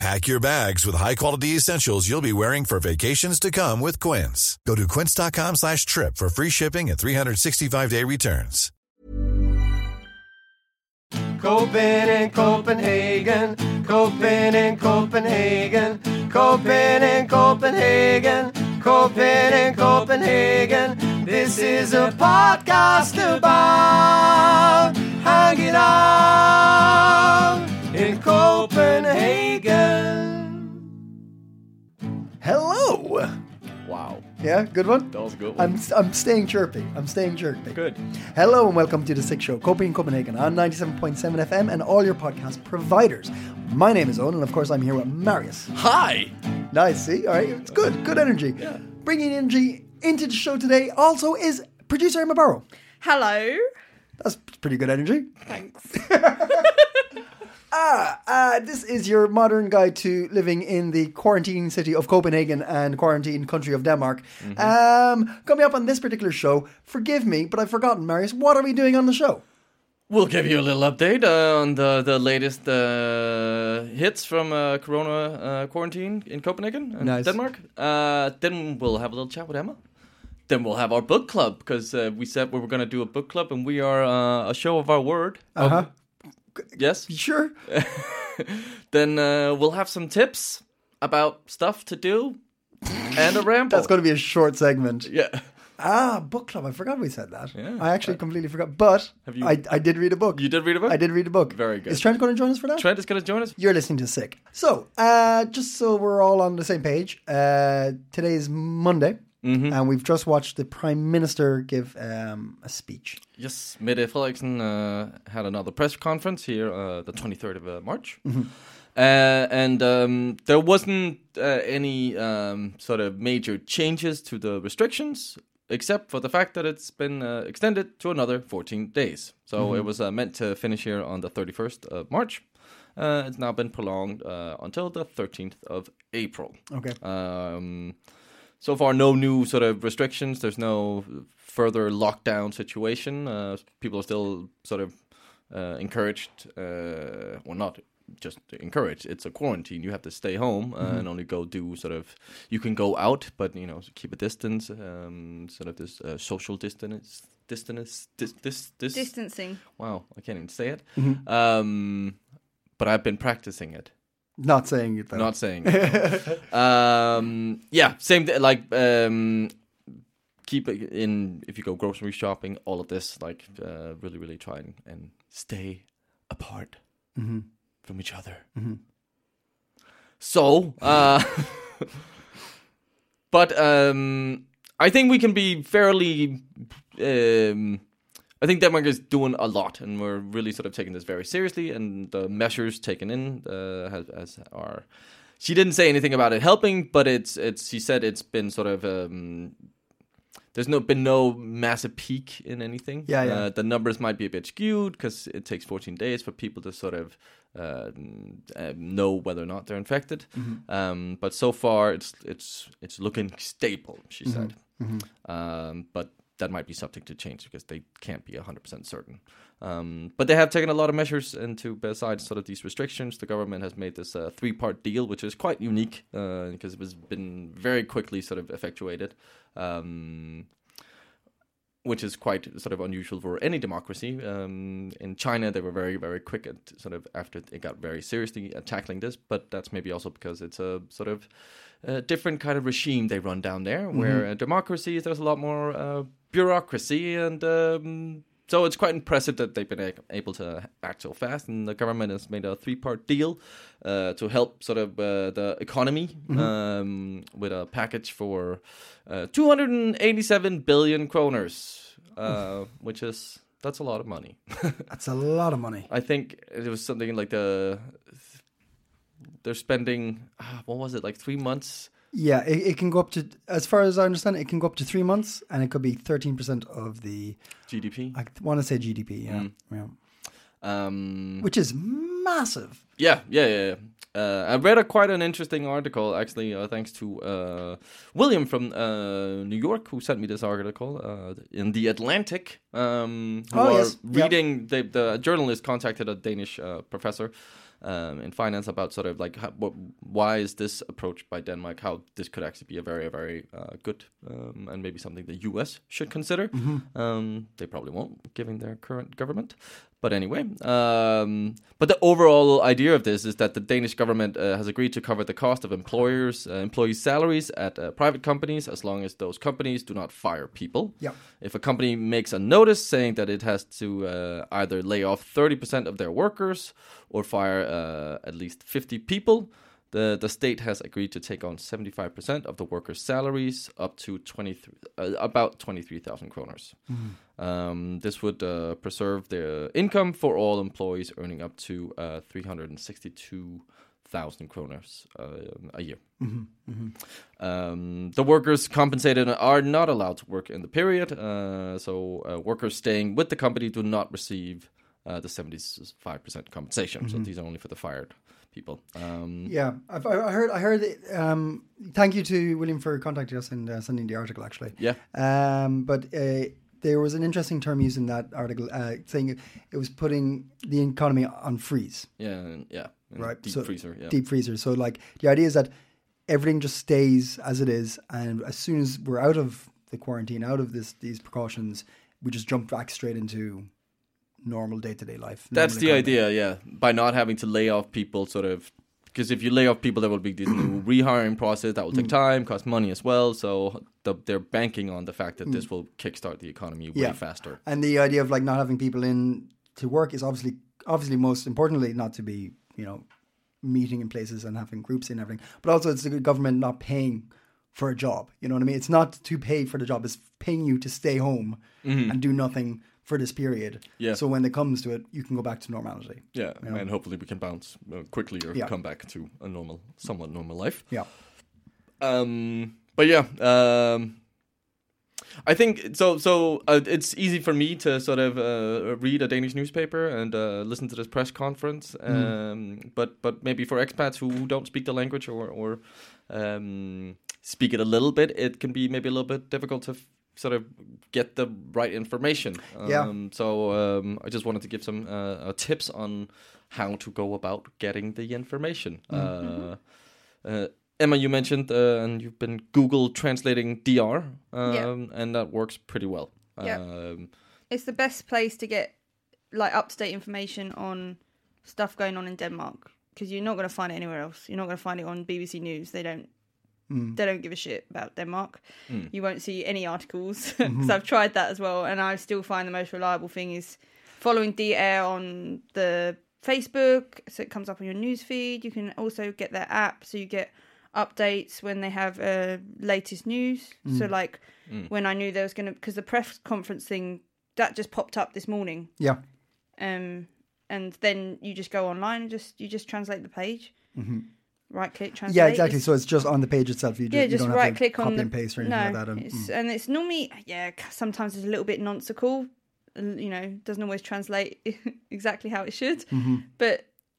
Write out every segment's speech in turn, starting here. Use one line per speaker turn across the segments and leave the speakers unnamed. Pack your bags with high-quality essentials you'll be wearing for vacations to come with Quince. Go to quince.com slash trip for free shipping and 365-day returns.
Coping in Copenhagen, coping in Copenhagen, coping in Copenhagen, coping in Copenhagen. This is a podcast about hanging out in Copenhagen. Hello.
Wow,
Yeah, good one.
that was a good one.
I'm, I'm staying chirpy. I'm staying chirpy.
Good.
Hello and welcome to The Sick Show, Copy in Copenhagen on 97.7 FM and all your podcast providers. My name is Owen and of course I'm here with Marius.
Hi.
Nice, see? All right, it's good. Good energy.
Yeah.
Bringing energy into the show today also is producer Emma Barrow.
Hello.
That's pretty good energy.
Thanks.
Uh, this is your modern guide to living in the quarantine city of Copenhagen and quarantine country of Denmark.
Mm-hmm.
Um, coming up on this particular show, forgive me, but I've forgotten, Marius, what are we doing on the show?
We'll give you a little update uh, on the the latest uh, hits from uh, Corona uh, quarantine in Copenhagen and
Nice.
Denmark. Uh, then we'll have a little chat with Emma. Then we'll have our book club because uh, we said we were going to do a book club, and we are uh, a show of our word. Uh huh. Yes.
Uh-huh. Sure.
Then uh, we'll have some tips about stuff to do and a ramble.
That's going to be a short segment.
Yeah.
Ah, book club. I forgot we said that.
Yeah. Uh,
I actually completely forgot. But
Have you-
I, I did read a book.
You did read a book.
I did read a book.
Very good.
Is Trent going to join us for that?
Trent is going to join us.
You're listening to Sick. So, uh, just so we're all on the same page, uh, today is Monday, and we've just watched the Prime Minister give um, a speech.
Yes, Mette Frederiksen uh, had another press conference here uh, the 23rd of uh, March. Uh, and um, there wasn't uh, any um, sort of major changes to the restrictions, except for the fact that it's been uh, extended to another 14 days. So it was uh, meant to finish here on the 31st of March. Uh, it's now been prolonged uh, until the 13th of April.
Okay.
Um, so far, no new sort of restrictions. There's no further lockdown situation. Uh, people are still sort of uh, encouraged, uh, well, not just encouraged. It's a quarantine. You have to stay home uh, and only go do sort of. You can go out, but you know, keep a distance. Um, sort of this uh, social distance, distance, dis, dis, dis,
Distancing.
Wow, I can't even say it. Um, but I've been practicing it
Not saying it though.
not saying it. um yeah same th- like um keep it in if you go grocery shopping all of this like uh, really really try and, and stay apart from each other so uh but um i think we can be fairly um I think Denmark is doing a lot, and we're really sort of taking this very seriously. And the measures taken in uh, has, has are. She didn't say anything about it helping, but it's it's. She said it's been sort of. Um, there's no been no massive peak in anything.
Yeah, yeah.
Uh, the numbers might be a bit skewed because it takes 14 days for people to sort of uh, mm, uh, know whether or not they're infected.
Mm-hmm.
Um, but so far, it's it's it's looking stable. She
Mm-hmm.
said um, but that might be subject to change because they can't be 100% certain. Um, but they have taken a lot of measures into besides sort of these restrictions. The government has made this uh, three-part deal, which is quite unique uh, because it was been very quickly sort of effectuated. Um, which is quite sort of unusual for any democracy. Um, in China, they were very, very quick at sort of after it got very seriously at tackling this, but that's maybe also because it's a sort of a different kind of regime they run down there, where uh, democracy, there's a lot more uh, bureaucracy, and um, so it's quite impressive that they've been a- able to act so fast, and the government has made a three-part deal uh, to help sort of uh, the economy um, with a package for uh, 287 billion kroners, uh, which is that's a lot of money.
That's a lot of money.
I think it was something like the they're spending ah, what was it like three months
Yeah, it, it can go up to, as far as I understand, it can go up to three months, and it could be thirteen percent of the.
GDP.
I want to say GDP, yeah, yeah,
Um,
which is massive.
Yeah, yeah, yeah. yeah. Uh, I read a quite an interesting article actually, uh, thanks to uh, William from uh, New York who sent me this article uh, in the Atlantic. Um, who
Oh,
are
yes. Yep.
reading the, the journalist contacted a Danish uh, professor um, in finance about sort of like how, what, why is this approach by Denmark how this could actually be a very very uh, good um, and maybe something the U.S. should consider. Um, they probably won't, given their current government. But anyway, um, but the overall idea of this is that the Danish government uh, has agreed to cover the cost of employers uh, employees' salaries at uh, private companies as long as those companies do not fire people.
Yeah.
If a company makes a notice saying that it has to uh, either lay off 30% of their workers or fire uh, at least 50 people, the, the state has agreed to take on 75% of the workers' salaries up to 23, uh, about 23,000 kroners. Um, this would uh, preserve the income for all employees earning up to uh, 362,000 kroners uh, a year. Um, the workers compensated are not allowed to work in the period, uh, so uh, workers staying with the company do not receive uh, the 75% compensation. So
Mm-hmm.
these are only for the fired people. Um,
Yeah, I've, I I heard. I heard. It, um, thank you to William for contacting us and uh, sending the article. Actually,
yeah.
Um, but uh, there was an interesting term used in that article, uh, saying it was putting the economy on freeze,
Yeah. and- Yeah. and
right?
Mm, Deep
So-
freezer. Yeah.
Deep freezer. So, like, the idea is that everything just stays as it is, and as soon as we're out of the quarantine, out of this these precautions, we just jump back straight into normal day to day life.
That's
normal
the
economy.
idea, yeah. By not having to lay off people, sort of, because if you lay off people, there will be this new rehiring process that will
Mm.
take time, cost money as well. So the, they're banking on the fact that this will kickstart the economy way
Mm. Yeah.
faster.
And the idea of like not having people in to work is obviously, obviously, most importantly, not to be you know meeting in places and having groups and everything, but also it's the government not paying for a job. You know what I mean? It's not to pay for the job; it's paying you to stay home and do nothing for this period.
Yeah.
So when it comes to it, you can go back to normality.
Yeah, and hopefully we can bounce uh, quickly or
Yeah.
come back to a normal, somewhat normal life.
Yeah.
Um, but yeah, um, I think so. So uh, it's easy for me to sort of uh, read a Danish newspaper and uh, listen to this press conference. Um, But but maybe for expats who, who don't speak the language or or um, speak it a little bit, it can be maybe a little bit difficult to. F- sort of get the right information um,
Yeah.
so um, i just wanted to give some uh, uh, tips on how to go about getting the information uh, uh, Emma, you mentioned uh, and you've been Google translating DR, um, and that works pretty well.
Yeah.
Um,
It's the best place to get like up to date information on stuff going on in Denmark because you're not going to find it anywhere else. You're not going to find it on BBC News. They don't. They don't give a shit about Denmark.
Hmm.
You won't see any articles because I've tried that as well, and I still find the most reliable thing is following DR on the Facebook, so it comes up on your news feed. You can also get their app, so you get updates when they have uh, latest news.
Hmm.
So like when I knew there was going to because the press conference thing that just popped up this morning,
Yeah.
um, and then you just go online and just you just translate the page, mm-hmm. right click translate.
Yeah, exactly.
It's-
So it's just on the page itself. You just,
yeah,
you
just
don't
right
have to
click
copy
on the
and paste or anything like
no,
that. um, mm. And,
it's, and it's normally yeah. c- Sometimes it's a little bit nonsensical, and, you know, doesn't always translate exactly how it should,
Mm-hmm.
but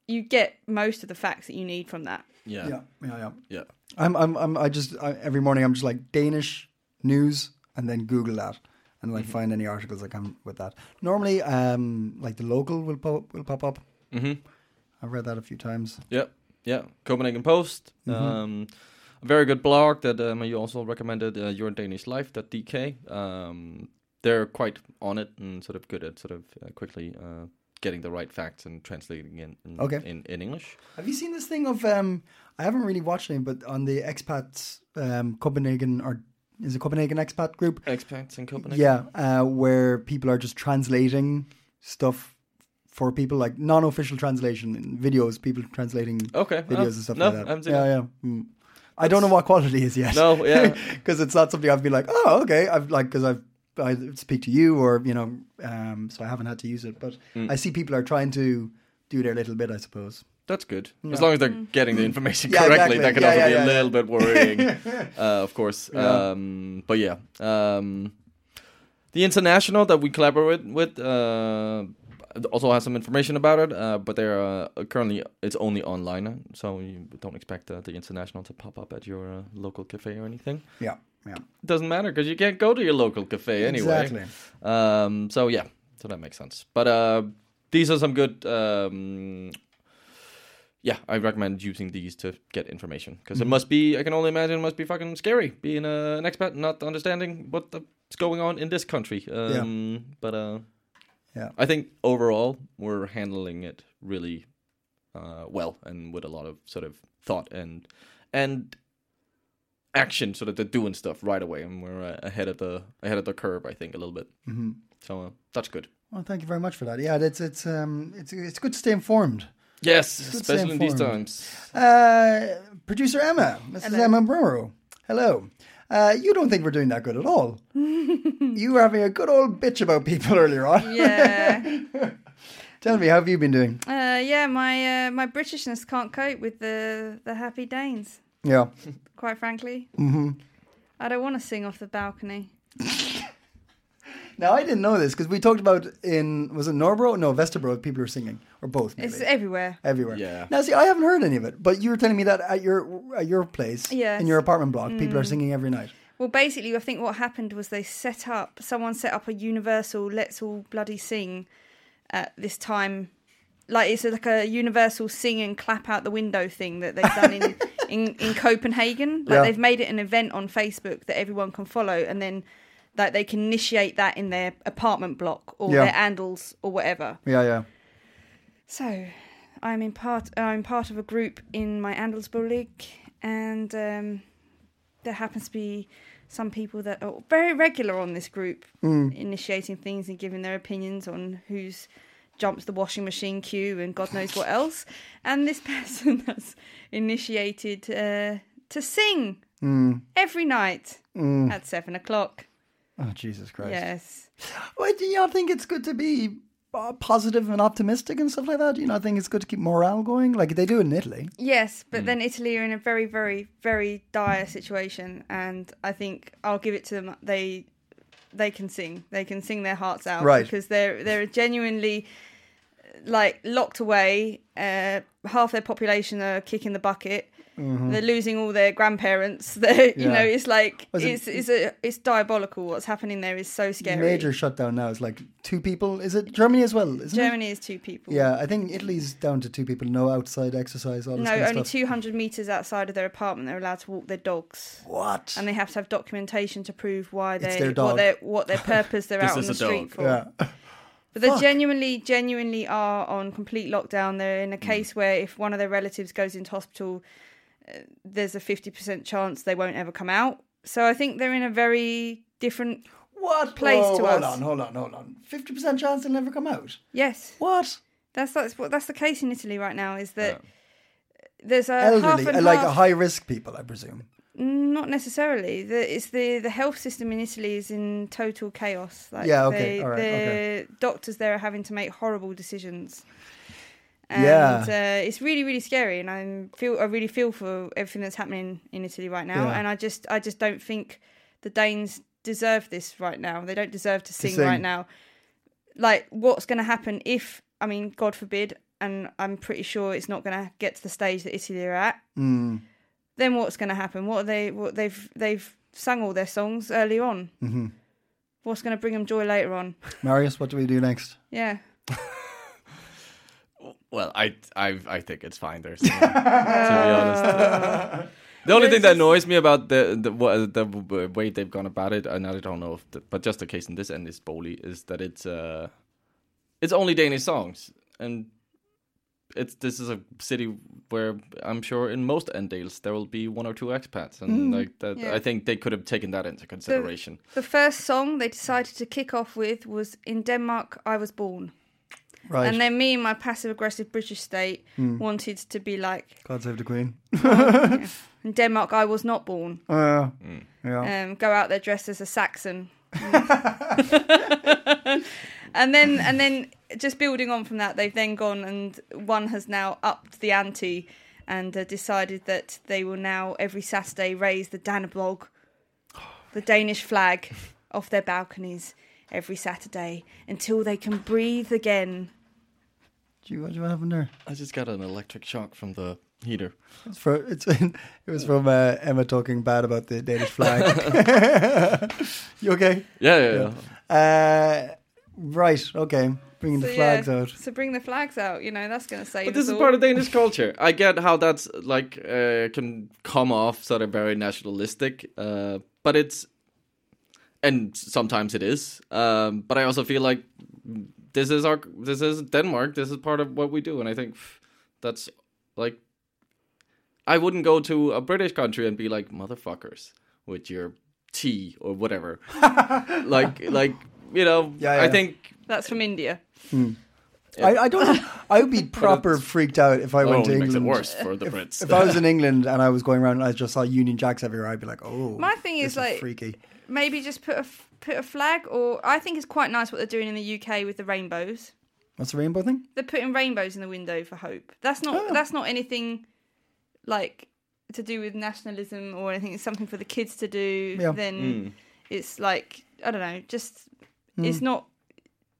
you get most of the facts that you need from that.
yeah,
yeah,
yeah,
yeah, yeah.
yeah,
I'm, I'm, I'm, I just I, every morning I'm just like Danish news and then Google that and like find any articles that come with that. Normally, um, like the local will pop will pop up.
Mhm.
I've read that a few times.
yeah, Copenhagen Post,
Mm-hmm.
um, a very good blog that um, you also recommended. Uh, Your Danish Life. DK. Um, they're quite on it and sort of good at sort of uh, quickly uh, getting the right facts and translating in in,
Okay.
in, in English.
Have you seen this thing of um? I haven't really watched it, but on the expats um Copenhagen or is it Copenhagen expat group?
Expats in Copenhagen.
Yeah, uh, where people are just translating stuff for people, like non-official translation in videos. People translating
Okay.
videos
no,
and stuff
no,
like that.
I haven't seen
yeah,
it.
yeah. Mm. I don't know what quality is yet.
No, yeah.
because it's not something I've been like, oh, okay. I've like because I've I speak to you or you
Mm.
know, um, so I haven't had to use it, but I see people are trying to do their little bit, I suppose.
that's good. As long as they're getting the information
Mm. Yeah,
correctly, that
exactly.
can
Yeah,
also
yeah, yeah,
be a
yeah.
little bit worrying, uh, of course. Um, but yeah, um, the international that we collaborate with uh, also has some information about it, uh, but they're uh, currently it's only online, so you don't expect uh, the international to pop up at your uh, local cafe or anything.
Yeah, yeah.
It doesn't matter because you can't go to your local cafe anyway.
Exactly.
Um, so yeah, so that makes sense. But uh, these are some good. Um, yeah, I recommend using these to get information because it must be. I can only imagine it must be fucking scary being uh, an expat, and not understanding what the is going on in this country. Um, But uh,
Yeah.
I think overall we're handling it really uh, well and with a lot of sort of thought and and action, so that they're doing stuff right away, and we're uh, ahead of the ahead of the curve, I think, a little bit. Mm-hmm. So uh, that's good.
Well, thank you very much for that. Yeah, it's it's um it's it's good to stay informed.
Yes,
to stay
especially in these
informed.
times.
Uh, producer Emma, Mrs.
Hello.
Emma Brumero. Hello. Uh, you don't think we're doing that good at all. you were having a good old bitch about people earlier on.
Yeah.
Tell me, how have you been doing?
uh, yeah, my uh, my Britishness can't cope with the the happy Danes,
Yeah.
quite frankly.
Mm-hmm.
I don't want to sing off the balcony.
Now I didn't know this because we talked about in was it Norbro? No, Vesterbro. People are singing or both. Maybe.
It's everywhere.
everywhere.
Yeah.
Now see, I haven't heard any of it, but you were telling me that at your at your place,
Yes. Mm.
in your apartment block, people are singing every night.
Well, basically, I think what happened was they set up, someone set up a universal "Let's all bloody sing" at this time. Like it's like a universal sing and clap out the window thing that they've done in in, in Copenhagen. Like
Yeah.
they've made it an event on Facebook that everyone can follow, and then like they can initiate that in their apartment block or
Yeah.
their andals or whatever.
Yeah, yeah.
So, I'm in part. uh, I'm part of a group in my Andalsborough league, and um, there happens to be some people that are very regular on this group, initiating things and giving their opinions on who's jumps the washing machine queue and God knows what else. And this person has initiated uh, to sing every night at seven o'clock.
Oh Jesus Christ!
Yes.
Well, do you not think it's good to be uh, positive and optimistic and stuff like that? Do you not think it's good to keep morale going, like they do in Italy?
Yes,
Hmm.
but then Italy are in a very, very, very dire situation, and I think I'll give it to them. They they can sing. They can sing their hearts out
Right.
because they're they're genuinely like locked away. Uh, half their population are kicking the bucket. They're losing all their grandparents. They, you know,
Mm-hmm. Yeah.
it's like
Was it-
it's it's a, it's diabolical. What's happening there is so scary.
Major shutdown now. It's like two people. Is it Germany as well? Isn't it?
Germany is two people.
Yeah, I think Italy's down to two people. No outside exercise. All this
No,
kind of
only
stuff.
200 meters outside of their apartment, they're allowed to walk their dogs.
What?
and they have to have documentation to prove why they
their
what
dog.
their what their purpose they're
This
out on
is
the
a
street
dog.
for.
yeah.
But they genuinely, genuinely are on complete lockdown. They're
Mm.
in a case where if one of their relatives goes into hospital, uh, there's a fifty percent chance they won't ever come out. So I think they're in a very different.
What
Place
Whoa,
to
hold
us.
on, hold on, hold on. Fifty percent chance they'll never come out.
Yes,
What?
that's that's what that's the case in Italy right now. Is that there's a Uh, half
Elderly, uh,
and
like
half.
high risk people, I presume.
Not necessarily. The, it's the the health system in Italy is in total chaos. Like
Yeah, okay,
They,
all right,
the
okay.
doctors there are having to make horrible decisions. And,
Yeah.
uh, it's really, really scary, and I feel I really feel for everything that's happening in Italy right now.
Yeah.
And I just, I just don't think the Danes deserve this right now. They don't deserve to sing,
sing.
right now. Like, what's going to happen if? I mean, God forbid, and I'm pretty sure it's not going to get to the stage that Italy are at
Hmm.
then what's going to happen? What are they? What they've they've sung all their songs early on. Mm-hmm. What's going to bring them joy later on?
Marius, what do we do next?
Yeah.
Well, I I I think it's fine there. So, to be honest, the only thing that annoys me about the the wha- the w- way they've gone about it, and I don't know, if the, but just the case in this end is Boli, is that it's uh it's only Danish songs, and it's this is a city where I'm sure in most Endales there will be one or two expats, and like that,
Yeah.
I think they could have taken that into consideration.
The first song they decided to kick off with was "In Denmark I Was Born,"
Right.
and then me in my passive aggressive British state wanted to be like,
God save the Queen.
"In Denmark I was not born."
Uh,
Mm.
yeah.
um, go out there dressed as a Saxon. and then and then just building on from that, they've then gone and one has now upped the ante and uh, decided that they will now every Saturday raise the Danneblog, the Danish flag, off their balconies every Saturday until they can breathe again.
Gee, what, what happened there?
I just got an electric shock from the heater.
It's from, it's, it was from uh, Emma talking bad about the Danish flag. you okay?
Yeah, yeah, yeah.
Uh, right, okay. Bringing the
So,
flags
yeah,
out.
So bring the flags out. You know that's going to save.
But this
us
is
all.
part of Danish culture. I get how that's like uh, can come off sort of very nationalistic, uh, but it's and sometimes it is. Um, but I also feel like this is our this is Denmark. This is part of what we do, and I think pff, that's like I wouldn't go to a British country and be like motherfuckers with your tea or whatever. like like you know,
Yeah, yeah,
I
yeah.
think
That's from India.
I, I don't. I would be proper freaked out if I
oh,
went
it
to
makes it
England.
worse for the Brits.
If I was in England and I was going around and I just saw Union Jacks everywhere, I'd be like, "Oh,
My thing
this
is, like-
freaky."
Maybe just put a f- put a flag, or I think it's quite nice what they're doing in the UK with the rainbows.
What's the rainbow thing?
They're putting rainbows in the window for hope. That's not that's not anything like to do with nationalism or anything. It's something for the kids to do.
Yeah.
Then it's like I don't know. Just it's not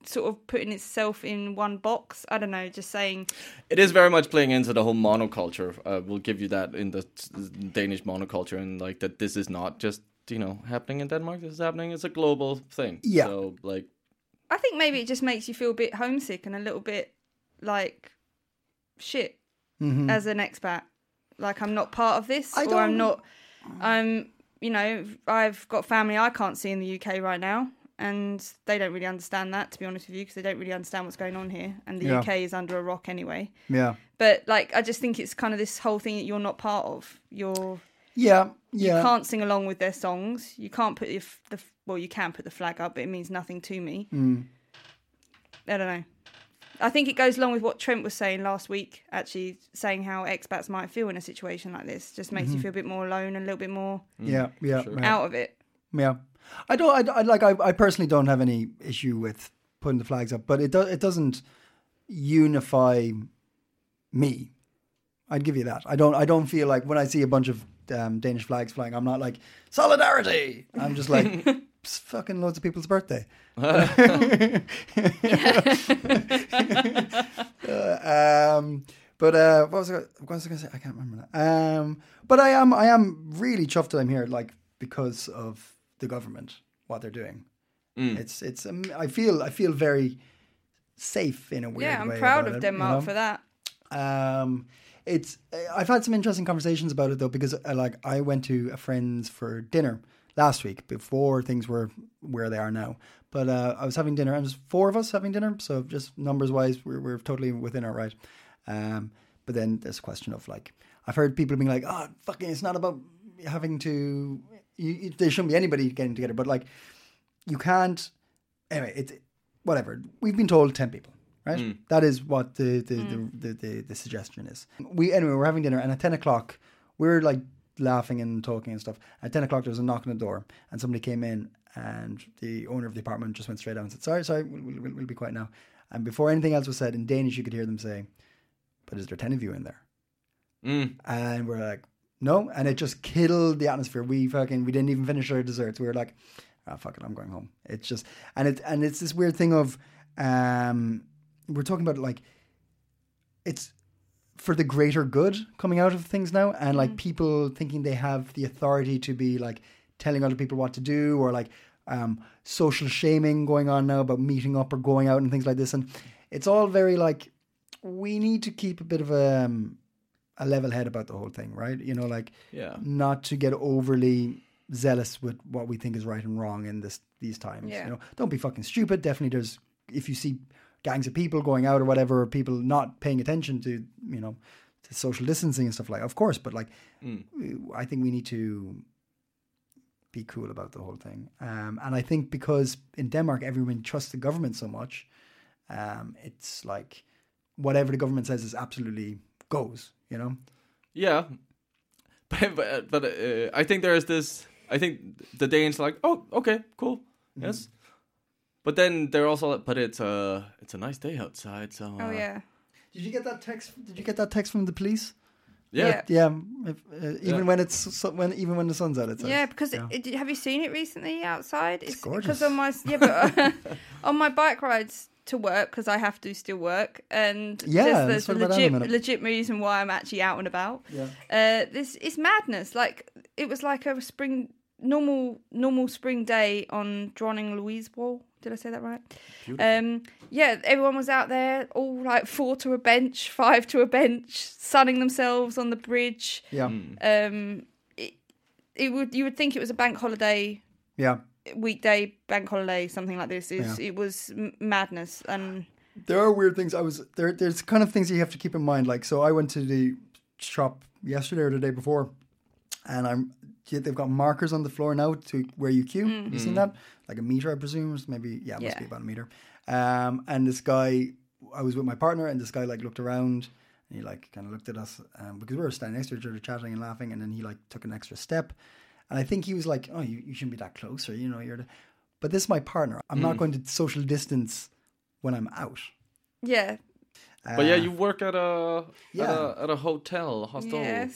sort of putting itself in one box. I don't know. Just saying
It is very much playing into the whole monoculture. Uh, we'll give you that in the t- Danish monoculture, and like that, this is not just you know happening in Denmark. This is happening. It's a global thing.
Yeah.
So like,
I think maybe it just makes you feel a bit homesick and a little bit like shit as an expat. Like I'm not part of this,
Mm-hmm. I
or I'm
don't-
not. I'm you know I've got family I can't see in the UK right now, and they don't really understand that to be honest with you, because they don't really understand what's going on here, and the
Yeah.
UK is under a rock anyway.
Yeah,
But like I just think it's kind of this whole thing that you're not part of. You're
yeah, yeah.
you can't sing along with their songs. You can't put the, f- the f- well, you can put the flag up, but it means nothing to me.
Hmm.
I don't know. I think it goes along with what Trent was saying last week, actually saying how expats might feel in a situation like this. Just makes you feel a bit more alone and a little bit more
yeah, yeah, Mm-hmm. yeah.
out of it.
Yeah, I don't. I, I like. I, I personally don't have any issue with putting the flags up, but it does. It doesn't unify me. I'd give you that. I don't. I don't feel like when I see a bunch of um, Danish flags flying, I'm not like solidarity. I'm just like it's fucking loads of people's birthday. Uh, um, but uh, what was I, what was I going to say? I can't remember now. Um, but I am I am really chuffed that I'm here, like because of the government, what they're doing. It's it's um, I feel I feel very safe in a weird
yeah, I'm
way
proud
about
of
it,
Denmark
you know?
for that.
Um, it's I've had some interesting conversations about it though because uh, like I went to a friend's for dinner last week before things were where they are now. But uh, I was having dinner and there's four of us having dinner, so just numbers wise, we're we're totally within our right. Um, but then there's a question of like I've heard people being like, oh fucking, it's not about having to. You, you, there shouldn't be anybody getting together, but like you can't anyway it's whatever we've been told 10 people right that is what the the, the, the, the the suggestion is we anyway we're having dinner and at 10 o'clock we're like laughing and talking and stuff at 10 o'clock there was a knock on the door and somebody came in and the owner of the apartment just went straight out and said sorry sorry we'll, we'll, we'll- we'll be quiet now and before anything else was said in danish you could hear them say but is there 10 of you in there
mm,
and we're like, no. And it just killed the atmosphere. We fucking we didn't even finish our desserts. We were like, ah, fuck it, I'm going home. It's just and it and it's this weird thing of um we're talking about like it's for the greater good coming out of things now and like people thinking they have the authority to be like telling other people what to do or like um social shaming going on now about meeting up or going out and things like this and it's all very like we need to keep a bit of a um, a level head about the whole thing, right? You know, like
yeah.
not to get overly zealous with what we think is right and wrong in this these times.
Yeah.
You know, don't be fucking stupid. Definitely, there's if you see gangs of people going out or whatever, or people not paying attention to you know to social distancing and stuff like, of course, but like I think we need to be cool about the whole thing. Um, and I think because in Denmark everyone trusts the government so much, um, it's like whatever the government says is absolutely goes. You know.
Yeah, but but, but uh,
Mm-hmm.
I think there is this. I think the Danes like, oh, okay, cool, yes. But then they're also, but it's a it's a nice day outside. So
Oh
uh,
yeah.
Did you get that text? Did you get that text from the police?
yeah,
Yeah.
Yeah, if, uh, even
Yeah.
when it's so, when even when the sun's out, it's
Yeah, because It, it- have you seen it recently outside? It's,
gorgeous.
Because on my yeah, but on my bike rides to work because I have to still work, and
Yeah, let's
there's,
talk
there's
about that in a
legit
minute.
legit reason why I'm actually out and about.
Yeah.
Uh, this is madness. Like it was like a spring normal normal spring day on Dronning Louise Wall. Did I say that right? Um, yeah, everyone was out there, all like four to a bench, five to a bench, sunning themselves on the bridge.
yeah,
Um, it, it would you would think it was a bank holiday
yeah.
weekday bank holiday something like this. It's, It was m- madness and
There are weird things. I was there. There's kind of things you have to keep in mind. Like, so I went to the shop yesterday or the day before, and I'm they've got markers on the floor now to where you queue. Have you seen that? Like a meter, I presume. or Maybe yeah, it must
Yeah.
be about a meter. Um, and this guy, I was with my partner, and this guy like looked around. And he like kind of looked at us um, because we were standing next to each other, chatting and laughing, and then he like took an extra step, and I think he was like, "Oh, you, you shouldn't be that close," or you know, you're. The... But this is my partner. I'm not going to social distance when I'm out.
yeah,
But
Uh,
yeah, you work at a at
Yeah.
a at a hotel hostel.
yes,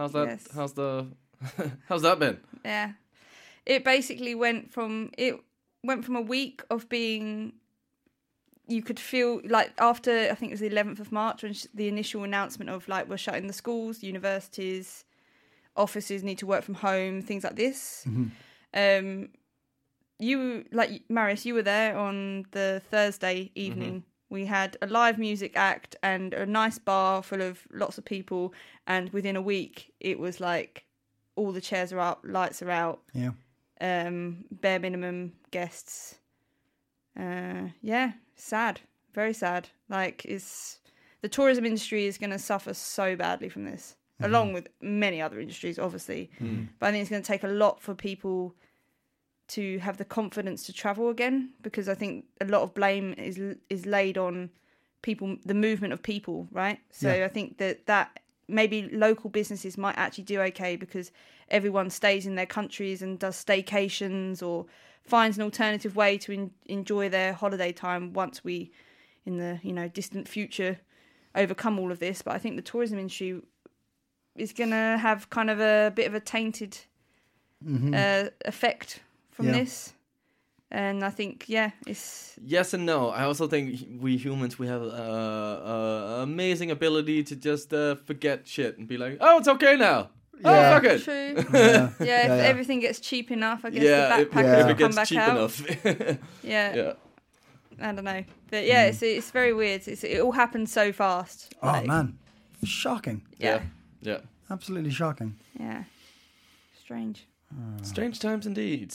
How's that?
yes.
How's the? how's that been?
yeah. It basically went from it went from a week of being you could feel like after I think it was the 11th of March when sh- the initial announcement of like we're shutting the schools, universities, offices need to work from home, things like this. Um, you like Marius, you were there on the Thursday evening. We had a live music act and a nice bar full of lots of people, and within a week, it was like all the chairs are up, lights are out,
Yeah.
um, bare minimum guests. Uh, yeah, sad, very sad. Like, it's the tourism industry is going to suffer so badly from this, along with many other industries, obviously. But I think it's going to take a lot for people to have the confidence to travel again, because I think a lot of blame is is laid on people, the movement of people, right? So
Yeah.
I think that that maybe local businesses might actually do okay because everyone stays in their countries and does staycations or finds an alternative way to en- enjoy their holiday time once we in the you know distant future overcome all of this but i think the tourism industry is going to have kind of a bit of a tainted uh, effect from
Mm-hmm. Yeah.
this and i think yeah it's
Yes and no. I also think we humans we have uh, uh amazing ability to just uh, forget shit and be like, oh, it's okay now.
Yeah.
Oh, fuck it.
true
Yeah.
yeah, if
yeah.
everything gets cheap enough i guess
Yeah,
the
if,
backpackers
if
will
it
come
gets
back
cheap
out
enough.
Yeah,
yeah.
i don't know but yeah it's, it's very weird it's, it all happened so fast
Oh
Like,
man, shocking!
yeah
Yeah.
Uh. Absolutely shocking.
yeah strange
Strange times indeed.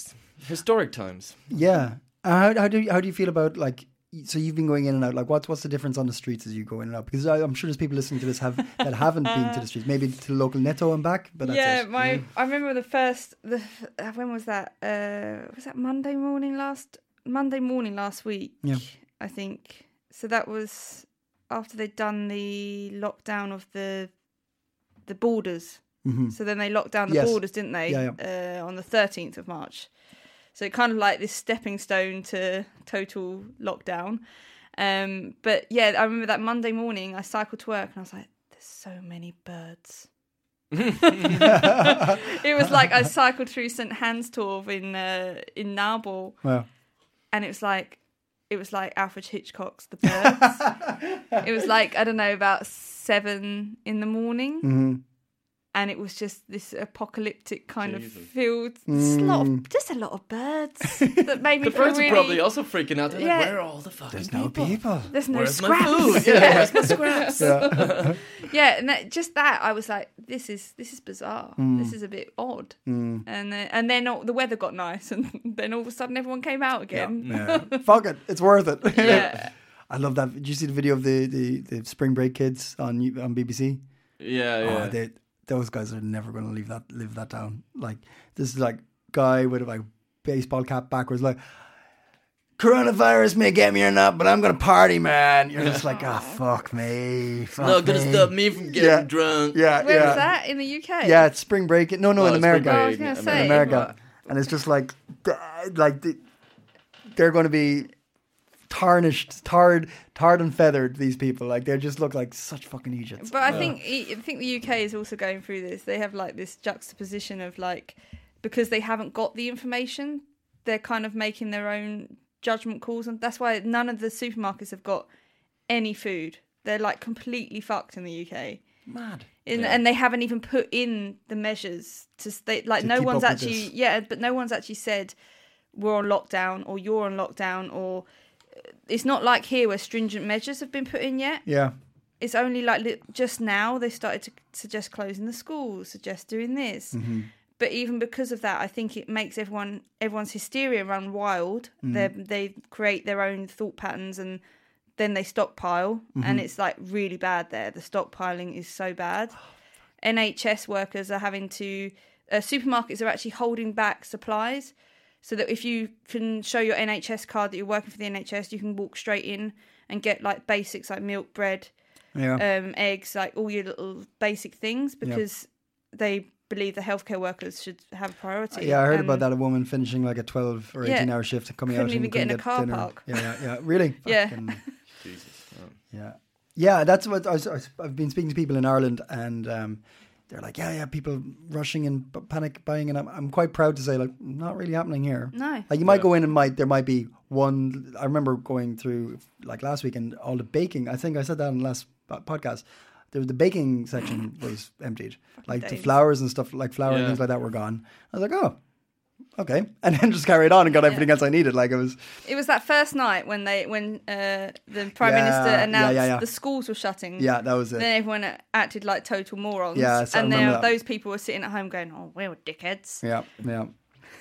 Historic times.
Yeah. Uh, How, how do you, how do you feel about like? So you've been going in and out. Like, what's what's the difference on the streets as you go in and out? Because I, I'm sure there's people listening to this have that haven't been to the streets. Maybe to local Netto and back, but that's
yeah,
it. Mm.
my I remember the first the uh, when was that? Uh, was that Monday morning last Monday morning last week?
Yeah.
I think so. That was after they'd done the lockdown of the the borders.
Mm-hmm.
So then they locked down the
Yes.
borders, didn't they?
Yeah,
Uh, on the thirteenth of March. So kind of like this stepping stone to total lockdown. Um, but yeah, I remember that Monday morning I cycled to work and I was like, "There's so many birds." it was like I cycled through St Hanstorv in uh, in Narble,
Wow.
and it was like it was like Alfred Hitchcock's The Birds. it was like I don't know about seven in the morning,
mm-hmm.
and it was just this apocalyptic kind of
Jesus.
field. Just a lot,
Mm.
of, just a lot of birds that made me
The birds
feel
are probably
really.
also freaking out. They're
Yeah.
like, where are all the fucking
There's no people.
There's no
Where's my
scraps.
food?
Yeah.
Yeah, where's my scraps?
Yeah.
and that, just that I was like, this is this is bizarre.
Mm.
This is a bit odd. And then, and then all, the weather got nice, and then all of a sudden everyone came out again.
Yeah. Fuck it. It's worth it.
Yeah.
I love that. Did you see the video of the, the, the spring break kids on you- on BBC?
Yeah,
Oh,
yeah.
they, those guys are never going to leave that live that down. Like this is like guy with a like baseball cap backwards, like coronavirus may get me or not, but I'm going to party, man. You're just like, ah, fuck me, fuck
Not gonna
me."
stop me from getting
Yeah.
drunk.
Yeah,
Where
yeah,
was that in the UK?
yeah. It's spring break. No, no,
Oh,
in
it's spring
America,
I
break.
was gonna
In
say
in
Hey,
America, and it's just like, like uh, the, they're going to be tarnished, tarred, tarred and feathered. These people, like they just look like such fucking idiots.
But I think e, I think the UK is also going through this. They have like this juxtaposition of like because they haven't got the information, they're kind of making their own judgment calls, and that's why none of the supermarkets have got any food. They're like completely fucked in the UK.
Mad.
In, And they haven't even put in the measures to stay, like
To
no
keep
one's
up with
actually
this.
yeah, but no one's actually said we're on lockdown or you're on lockdown or uh, it's not like here where stringent measures have been put in yet
Yeah.
it's only like li- just now they started to suggest closing the schools, suggest doing this. But even because of that, I think it makes everyone everyone's hysteria run wild. They they create their own thought patterns and then they stockpile, and it's like really bad there. The stockpiling is so bad. NHS workers are having to uh, supermarkets are actually holding back supplies so that if you can show your NHS card that you're working for the NHS, you can walk straight in and get like basics like milk, bread,
Yeah.
um, eggs, like all your little basic things, because they believe the healthcare workers should have priority. Um,
Yeah, I heard
And
about that. A woman finishing like a twelve or
Yeah.
eighteen hour shift and coming
Couldn't
out
even
and
get in a car
dinner.
park.
Yeah, yeah, yeah. Really?
Yeah.
Fucking-
Jesus. Um,
yeah, yeah. That's what I was, I was- I've been speaking to people in Ireland, and um, they're like, "Yeah, yeah." People rushing and p- panic buying, and I'm, I'm quite proud to say, like, not really happening here.
No.
like you might go in and might there might be one. I remember going through like last week and all the baking. I think I said that in the last po- podcast. There, the baking section was emptied. Like the
Danes.
flowers and stuff, like flour Oh, and
Yeah.
things like that, were gone. I was like, oh, okay, and then just carried on and got everything else I needed. Like it was,
It was that first night when they when uh, the prime
Yeah,
minister
yeah,
announced
yeah, yeah.
the schools were shutting.
yeah, that was it.
Then everyone acted like total morons.
Yeah, so I
and
remember that.
now those people were sitting at home going, "Oh, we're all dickheads."
Yeah, yeah.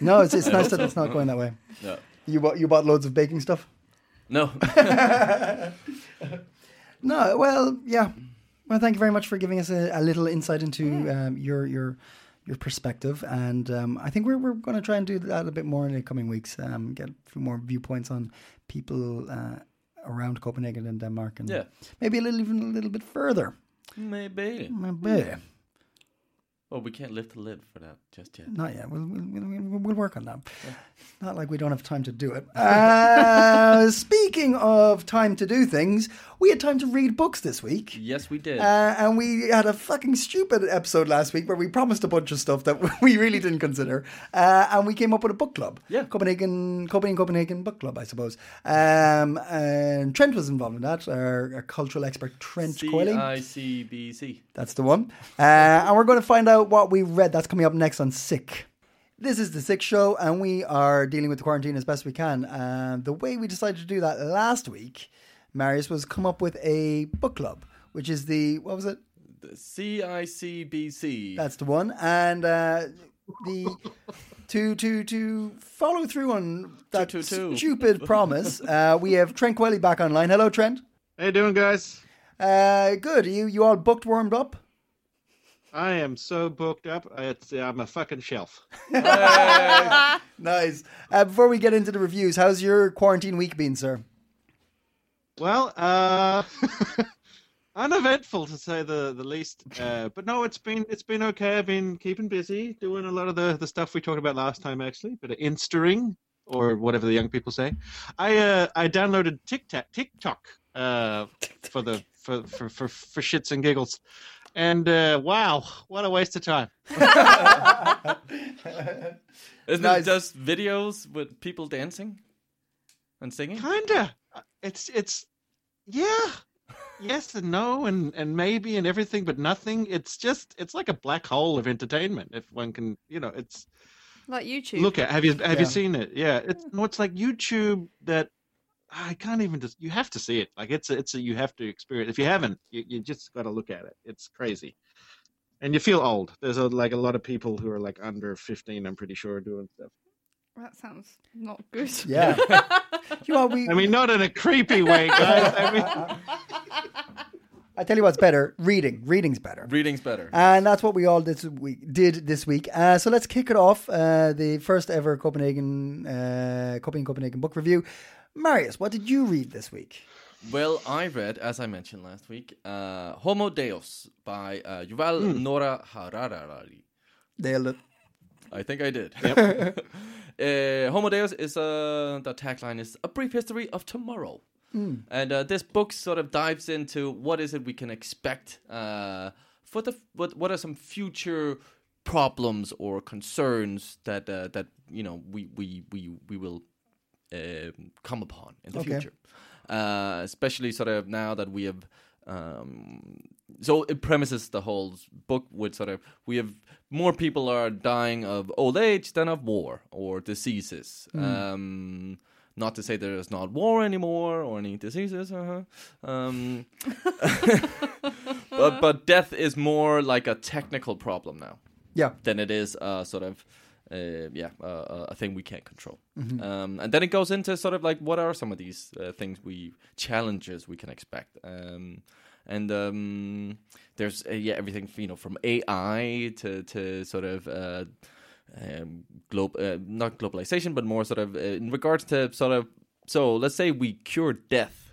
No, it's it's nice that it's not going that way.
no.
You bought you bought loads of baking stuff.
No.
No, well, yeah. Well, thank you very much for giving us a, a little insight into um, your your your perspective, and um, I think we're we're going to try and do that a bit more in the coming weeks. Um, get a few more viewpoints on people uh, around Copenhagen and Denmark, and
Yeah.
maybe a little even a little bit further.
Maybe.
Maybe
Well, we can't lift the lid for that just yet.
not yet. We'll, we'll, we'll, we'll work on that. Not like we don't have time to do it. Uh, speaking of time to do things, we had time to read books this week.
Yes, we did.
Uh, and we had a fucking stupid episode last week where we promised a bunch of stuff that we really didn't consider, uh, and we came up with a book club.
Yeah.
Copenhagen, Copenhagen, Copenhagen book club, I suppose. Um, and Trent was involved in that. Our, our cultural expert Trent
C
Coiling.
I C B C.
That's the one. Uh, and we're going to find out what we read. That's coming up next on Sick. This is the Sick Show, and we are dealing with the quarantine as best we can. Um, the way we decided to do that last week, Marius, was come up with a book club, which is the what was it?
C I C B C.
That's the one, and uh, the to to to follow through on that
Two, two, two.
stupid promise. Uh, we have Trent Quelly back online. Hello, Trent.
How you doing, guys?
Uh, good. Are you you all booked, warmed up?
I am so booked up. It's, I'm a fucking shelf.
Nice. Uh, before we get into the reviews, how's your quarantine week been, sir?
Well, uh, uneventful to say the the least. Uh, but no, it's been it's been okay. I've been keeping busy, doing a lot of the the stuff we talked about last time, actually. But instaring or whatever the young people say. I uh, I downloaded TikTok TikTok uh, for the for, for for for shits and giggles, and uh, wow, what a waste of time.
Isn't
Nice.
it just videos with people dancing and singing?
Kinda. Uh, It's it's yeah. Yes and no and and maybe and everything but nothing. It's just it's like a black hole of entertainment if one can, you know, it's
Like YouTube.
look at have you have you
Yeah.
seen it? Yeah. It's no, it's like YouTube that I can't even just you have to see it. Like it's a, it's a, you have to experience. If you haven't, you you just got to look at it. It's crazy. And you feel old. There's a, like a lot of people who are like under 15, I'm pretty sure, doing stuff.
that sounds not good.
Yeah. you know, we,
I mean, not in a creepy way, guys. I mean,
I tell you what's better reading. Reading's better.
Reading's better.
And that's what we all this week, did this week. Uh, so let's kick it off. Uh, the first ever Copenhagen, uh, Copenhagen, Copenhagen book review. Marius, what did you read this week?
Well, I read, as I mentioned last week, uh,
Hmm.
Homo Deus by uh, Yuval Nora Harari.
Nailed it.
I think I did. uh, Homo Deus is uh, the tagline is a brief history of tomorrow, and uh, this book sort of dives into what is it we can expect uh, for the what what are some future problems or concerns that uh, that you know we we we we will um come upon in the
Okay.
future, uh, especially sort of now that we have. Um, so it premises the whole book with sort of we have more people are dying of old age than of war or diseases. Um, not to say there is not war anymore or any diseases. Uh-huh. Um, but but death is more like a technical problem now
Yeah.
than it is uh, sort of uh, yeah uh, uh, a thing we can't control. Um, and then it goes into sort of like what are some of these uh, things we challenges we can expect. Um, and um, there's uh, yeah everything you know from AI to to sort of. Uh, um, globe, uh, not globalization, but more sort of uh, in regards to sort of. So let's say we cure death,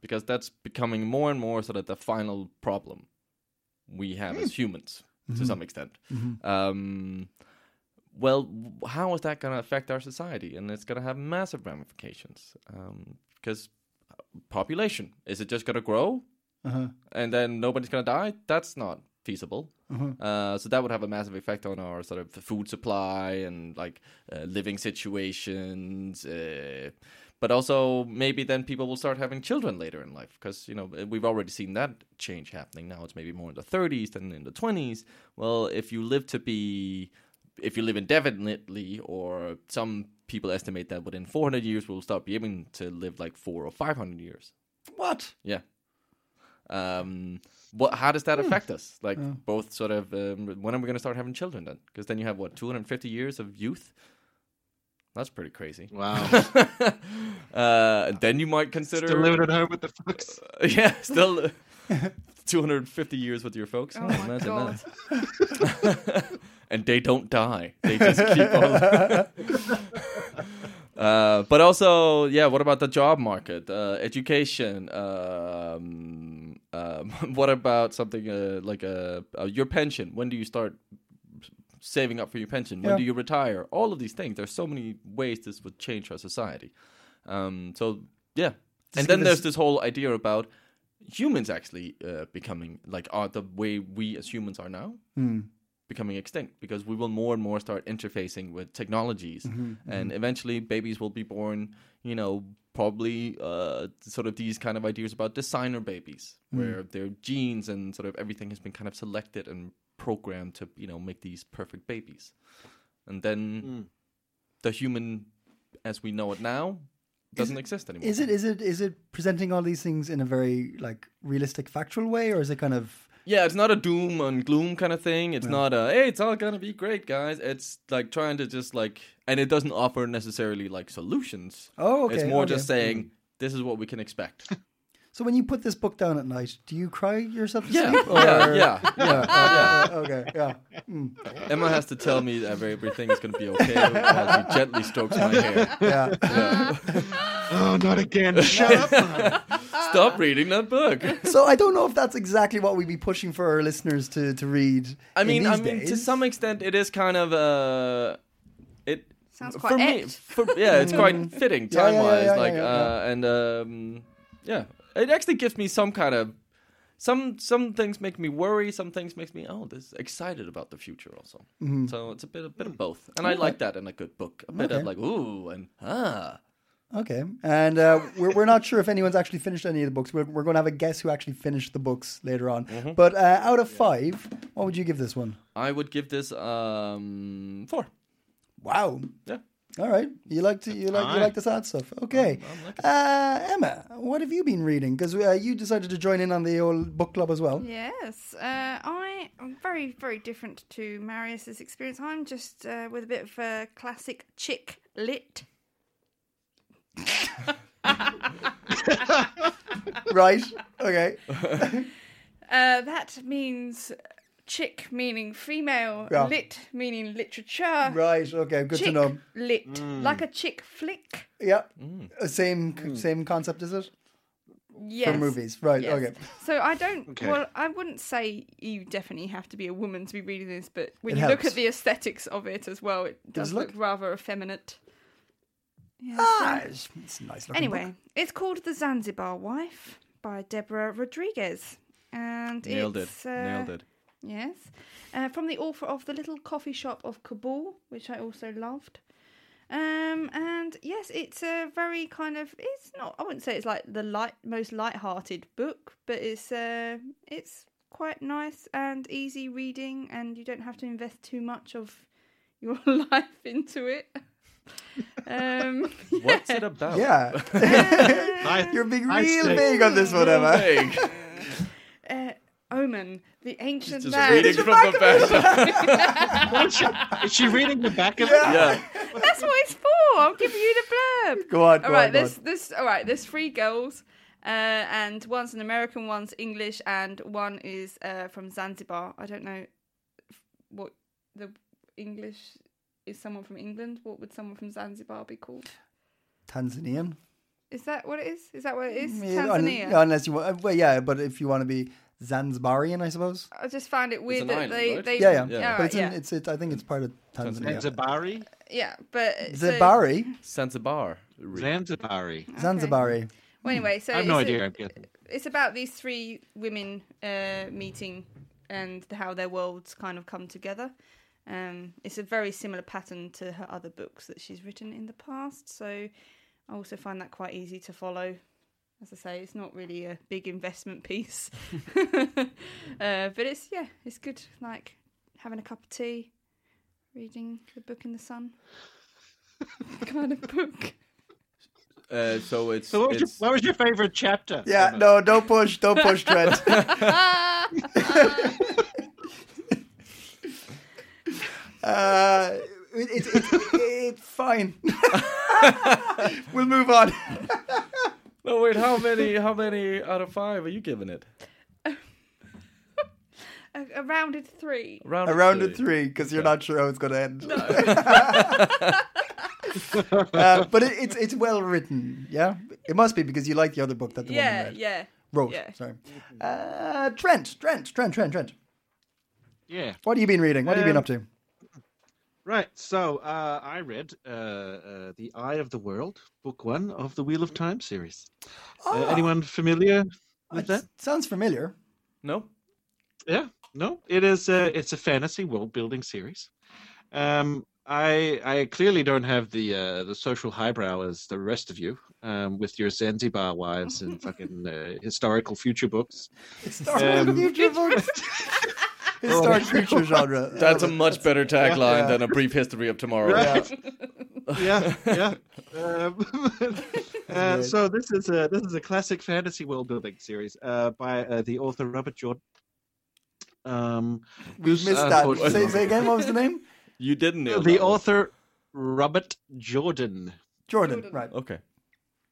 because that's becoming more and more sort of the final problem we have as humans to some extent. Um, well, w- how is that going to affect our society? And it's going to have massive ramifications because population is it just going to grow and then nobody's going to die? That's not feasible. Uh, so that would have a massive effect on our sort of food supply and like uh, living situations. Uh, but also maybe then people will start having children later in life because you know uh, we've already seen that change happening. Now it's maybe more in the 30s than in the 20s. Well, if you live to be, if you live indefinitely, or some people estimate that within 400 years we'll start be able to live like four or 500 years.
What?
Yeah. Um, what? How does that affect us? Like both sort of. Um, when are we going to start having children then? Because then you have what 250 years of youth. That's pretty crazy.
Wow.
Uh, and then you might consider
Still living at home with the folks.
yeah, still uh, 250 years with your folks.
Oh my
Imagine
god.
that. and they don't die. They just keep on. Uh, but also, yeah. What about the job market, uh, education? Um, um, what about something uh, like a, uh your pension? When do you start saving up for your pension? When
Yeah.
do you retire? All of these things. There's so many ways this would change our society. Um, so yeah, and then
gonna
there's
s-
this whole idea about humans actually uh, becoming like are the way we as humans are now becoming extinct because we will more and more start interfacing with technologies
Mm-hmm,
and eventually babies will be born you know probably uh, sort of these kind of ideas about designer babies
Mm.
where their genes and sort of everything has been kind of selected and programmed to you know make these perfect babies and then the human as we know it now doesn't exist anymore
Is it is it is it presenting all these things in a very like realistic factual way or is it kind of
Yeah, it's not a doom and gloom kind of thing. It's not a hey, it's all gonna be great, guys. It's like trying to just like, and it doesn't offer necessarily like solutions.
Oh,
It's
okay,
more
okay.
just saying this is what we can expect.
So when you put this book down at night, do you cry yourself to
Yeah,
sleep?
yeah, yeah,
yeah.
yeah.
Uh, okay, yeah. Mm,
Emma has to tell me that everything is gonna be okay while she gently strokes my hair.
yeah.
Oh, not again. Shut up.
Stop reading that book.
So I don't know if that's exactly what we'd be pushing for our listeners to, to read.
I
in
mean, I
these
mean, to
days.
some extent, it is kind of uh, it
Sounds
for
quite
me.
apt.
For, yeah, it's quite fitting
Mm. Yeah, yeah,
time
yeah,
wise.
yeah,
like,
yeah,
uh,
yeah.
and um, yeah, it actually gives me some kind of some some things make me worry. Some things makes me oh, this excited about the future also. So it's a bit a bit of both, and I like that in a good book. A bit of
Mm-hmm. Mm. Okay.
like ooh and ah.
Okay. And uh, we're, we're not sure if anyone's actually finished any of the books. We're, we're going to have a guess who actually finished the books later on.
Mm-hmm.
But uh, out of five, what would you give this one?
I would give this um four.
Wow.
Yeah.
All right. You like to you like you
Aye.
like this odd stuff. Okay. uh, Emma, what have you been reading? Because uh, you decided to join in on the old book club as well.
Yes, uh, I am very, very different to Marius's experience. I'm just uh, with a bit of uh, classic chick lit.
Right. Okay.
Uh, that means chick meaning female,
Yeah.
lit meaning literature.
Right. Okay. Good
Chick
to know.
lit,
Mm.
like a chick flick.
Mm.
Yeah. Uh, Same c- same concept, is it?
Mm. Yes.
for movies. Right,
Yes.
okay.
So I don't.
Okay.
Well, I wouldn't say you definitely have to be a woman to be reading this, but when
It
you look
helps.
at the aesthetics of it as well, it does
Does it
look
look-
rather effeminate. Yeah,
Ah,
so-
it's, it's a nice looking.
Anyway,
book.
it's called The Zanzibar Wife by Deborah Rodriguez. And
Nailed it.
it's, uh,
Nailed it.
Yes. Uh, from the author of The Little Coffee Shop of Kabul, which I also loved. Um, and yes, it's a very kind of it's not I wouldn't say it's like the light most light-hearted book, but it's uh, it's quite nice and easy reading and you don't have to invest too much of your life into it. um
What's it about?
Yeah.
Nice.
You're being
Nice
real
take.
big on this one, Emma.
Hey,
uh, Omen, the ancient
just
man.
reading from the back.
Is she, is she reading the back of it?
yeah.
That's what it's for. I'll give you the blurb.
Go on, go
all right,
on, go
there's there's all right. There's three girls, uh, and one's an American, one's English, and one is uh, from Zanzibar. I don't know f- what the English is. Someone from England. What would someone from Zanzibar be called?
Tanzanian.
Is that what it is? Is that what it is?
Mm, Yeah, un-
Tanzania.
unless you want, well, yeah, but if you want to be Zanzibarian, I suppose.
I just found it weird
an
that
island,
they,
right?
they
Yeah, yeah.
Yeah.
all
But
right,
it's,
yeah,
in, it's it, I think it's part of Tanzania.
Zanzibari?
yeah, but so-
Zibari?
Zanzibar. Re-
Zanzibari.
Zanzibari.
Well, anyway, so
I have no
it's a-
idea. I'm guessing.
it's about these three women uh, meeting and how their worlds kind of come together. Um, it's a very similar pattern to her other books that she's written in the past, so I also find that quite easy to follow. As I say, it's not really a big investment piece, uh, but it's yeah, it's good. Like having a cup of tea, reading the book in the sun, kind of book.
Uh, so it's.
So what was, your,
it's
what was your favorite chapter?
Yeah,
Emma?
no, don't push, don't push, Trent. uh, it, it, it, it's fine. we'll move on.
no, wait. How many? How many out of five are you giving it?
A, a rounded three.
Around
A round of three, because you're not sure how it's going to end. uh, but it, it's it's well written, yeah. It must be because you like the other book that the
Yeah,
woman read.
yeah.
wrote.
yeah.
Sorry, uh, Trent, Trent, Trent, Trent, Trent.
Yeah.
What have you been reading? What have you been
Um,
up to?
Right. So uh, I read uh, uh, The Eye of the World, book one of the Wheel of Time series.
Ah.
Uh, anyone familiar with
It
that?
s- sounds familiar.
No.
Yeah, no, it is. A, it's a fantasy world building series. Um, I I clearly don't have the uh, the social highbrow as the rest of you, um, with your Zanzibar wives and fucking uh, historical future books.
Historic
Um,
future books. Historic future genre.
That's a
Uh,
much better tagline
Yeah.
than a brief history of tomorrow.
Right. yeah, yeah. Um, uh, so this is a this is a classic fantasy world building series uh, by uh, the author Robert Jordan. Um,
we
who's,
missed
uh,
that.
unfortunately-
Say, say again. What was the name?
You didn't know
the author Robert Jordan.
Jordan.
Jordan.
Right.
Okay.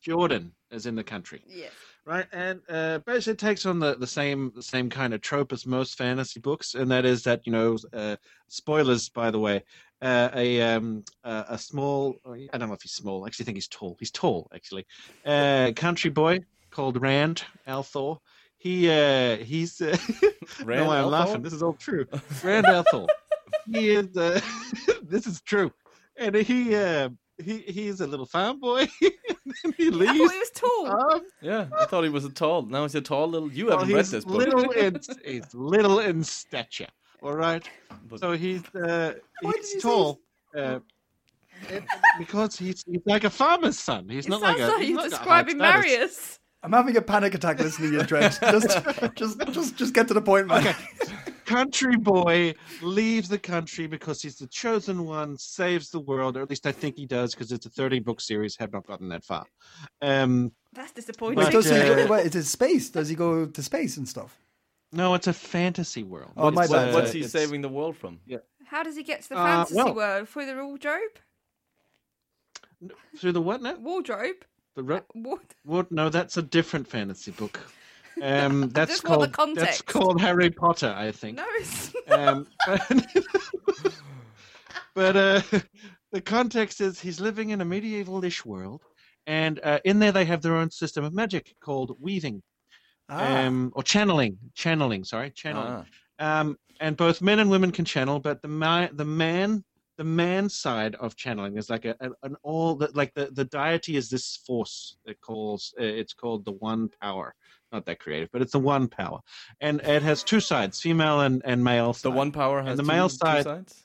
Jordan is in the country.
Yes.
right? And uh, basically takes on the, the same the same kind of trope as most fantasy books, and that is that you know, uh, spoilers by the way, uh, a um, uh, a small I don't know if he's small. I actually think he's tall. He's tall actually. Uh, country boy called Rand Althor. He uh, he's uh,
Rand
no, I'm
Althor?
laughing. This is all true. Rand Ethel. He is. Uh, this is true, and he uh, he he's a little farm boy. and he
I thought
leaves.
it was tall.
Um,
Yeah, I thought he was a tall. Now he's a tall little. You
well,
haven't read
Oh, he's
this book.
little in he's little in stature. All right,
But-
so he's uh,
Why did you say
he's tall uh, it- because he's, he's like a farmer's son. He's
it
not like
sounds
a.
like,
he's
you're
not got a high
describing
status.
Marius.
I'm having a panic attack listening to you, Trent. Just, just, just, just get to the point, man.
Okay. Country boy leaves the country because he's the chosen one, saves the world, or at least I think he does, because it's a 30 book series, have not gotten that far. Um,
That's disappointing.
Wait, does he
uh,
go, wait, is it space? Does he go to space and stuff?
no, it's a fantasy world.
Oh, my
It's,
bad.
uh,
What's he
it's-
saving the world from?
How does he get to the
Uh,
fantasy
well-
world through the wardrobe?
Through the what now?
Wardrobe?
The ro-
Ward-
What? No, that's a different fantasy book. Um, that's
just
called
want the
that's
context.
called Harry Potter, I think.
No, it's
Um, but but uh, the context is he's living in a medieval-ish world, and uh, in there they have their own system of magic called weaving
Ah,
um, or channeling, channeling. Sorry, channeling.
Ah.
Um, and both men and women can channel, but the ma- the man the man side of channeling is like a, a- an all that like the, the deity is this force that calls uh, it's called the one power. Not that creative, but it's the one power, and it has two sides, female and and male.
The
side.
one power has
the
two-
male
two
side-
sides?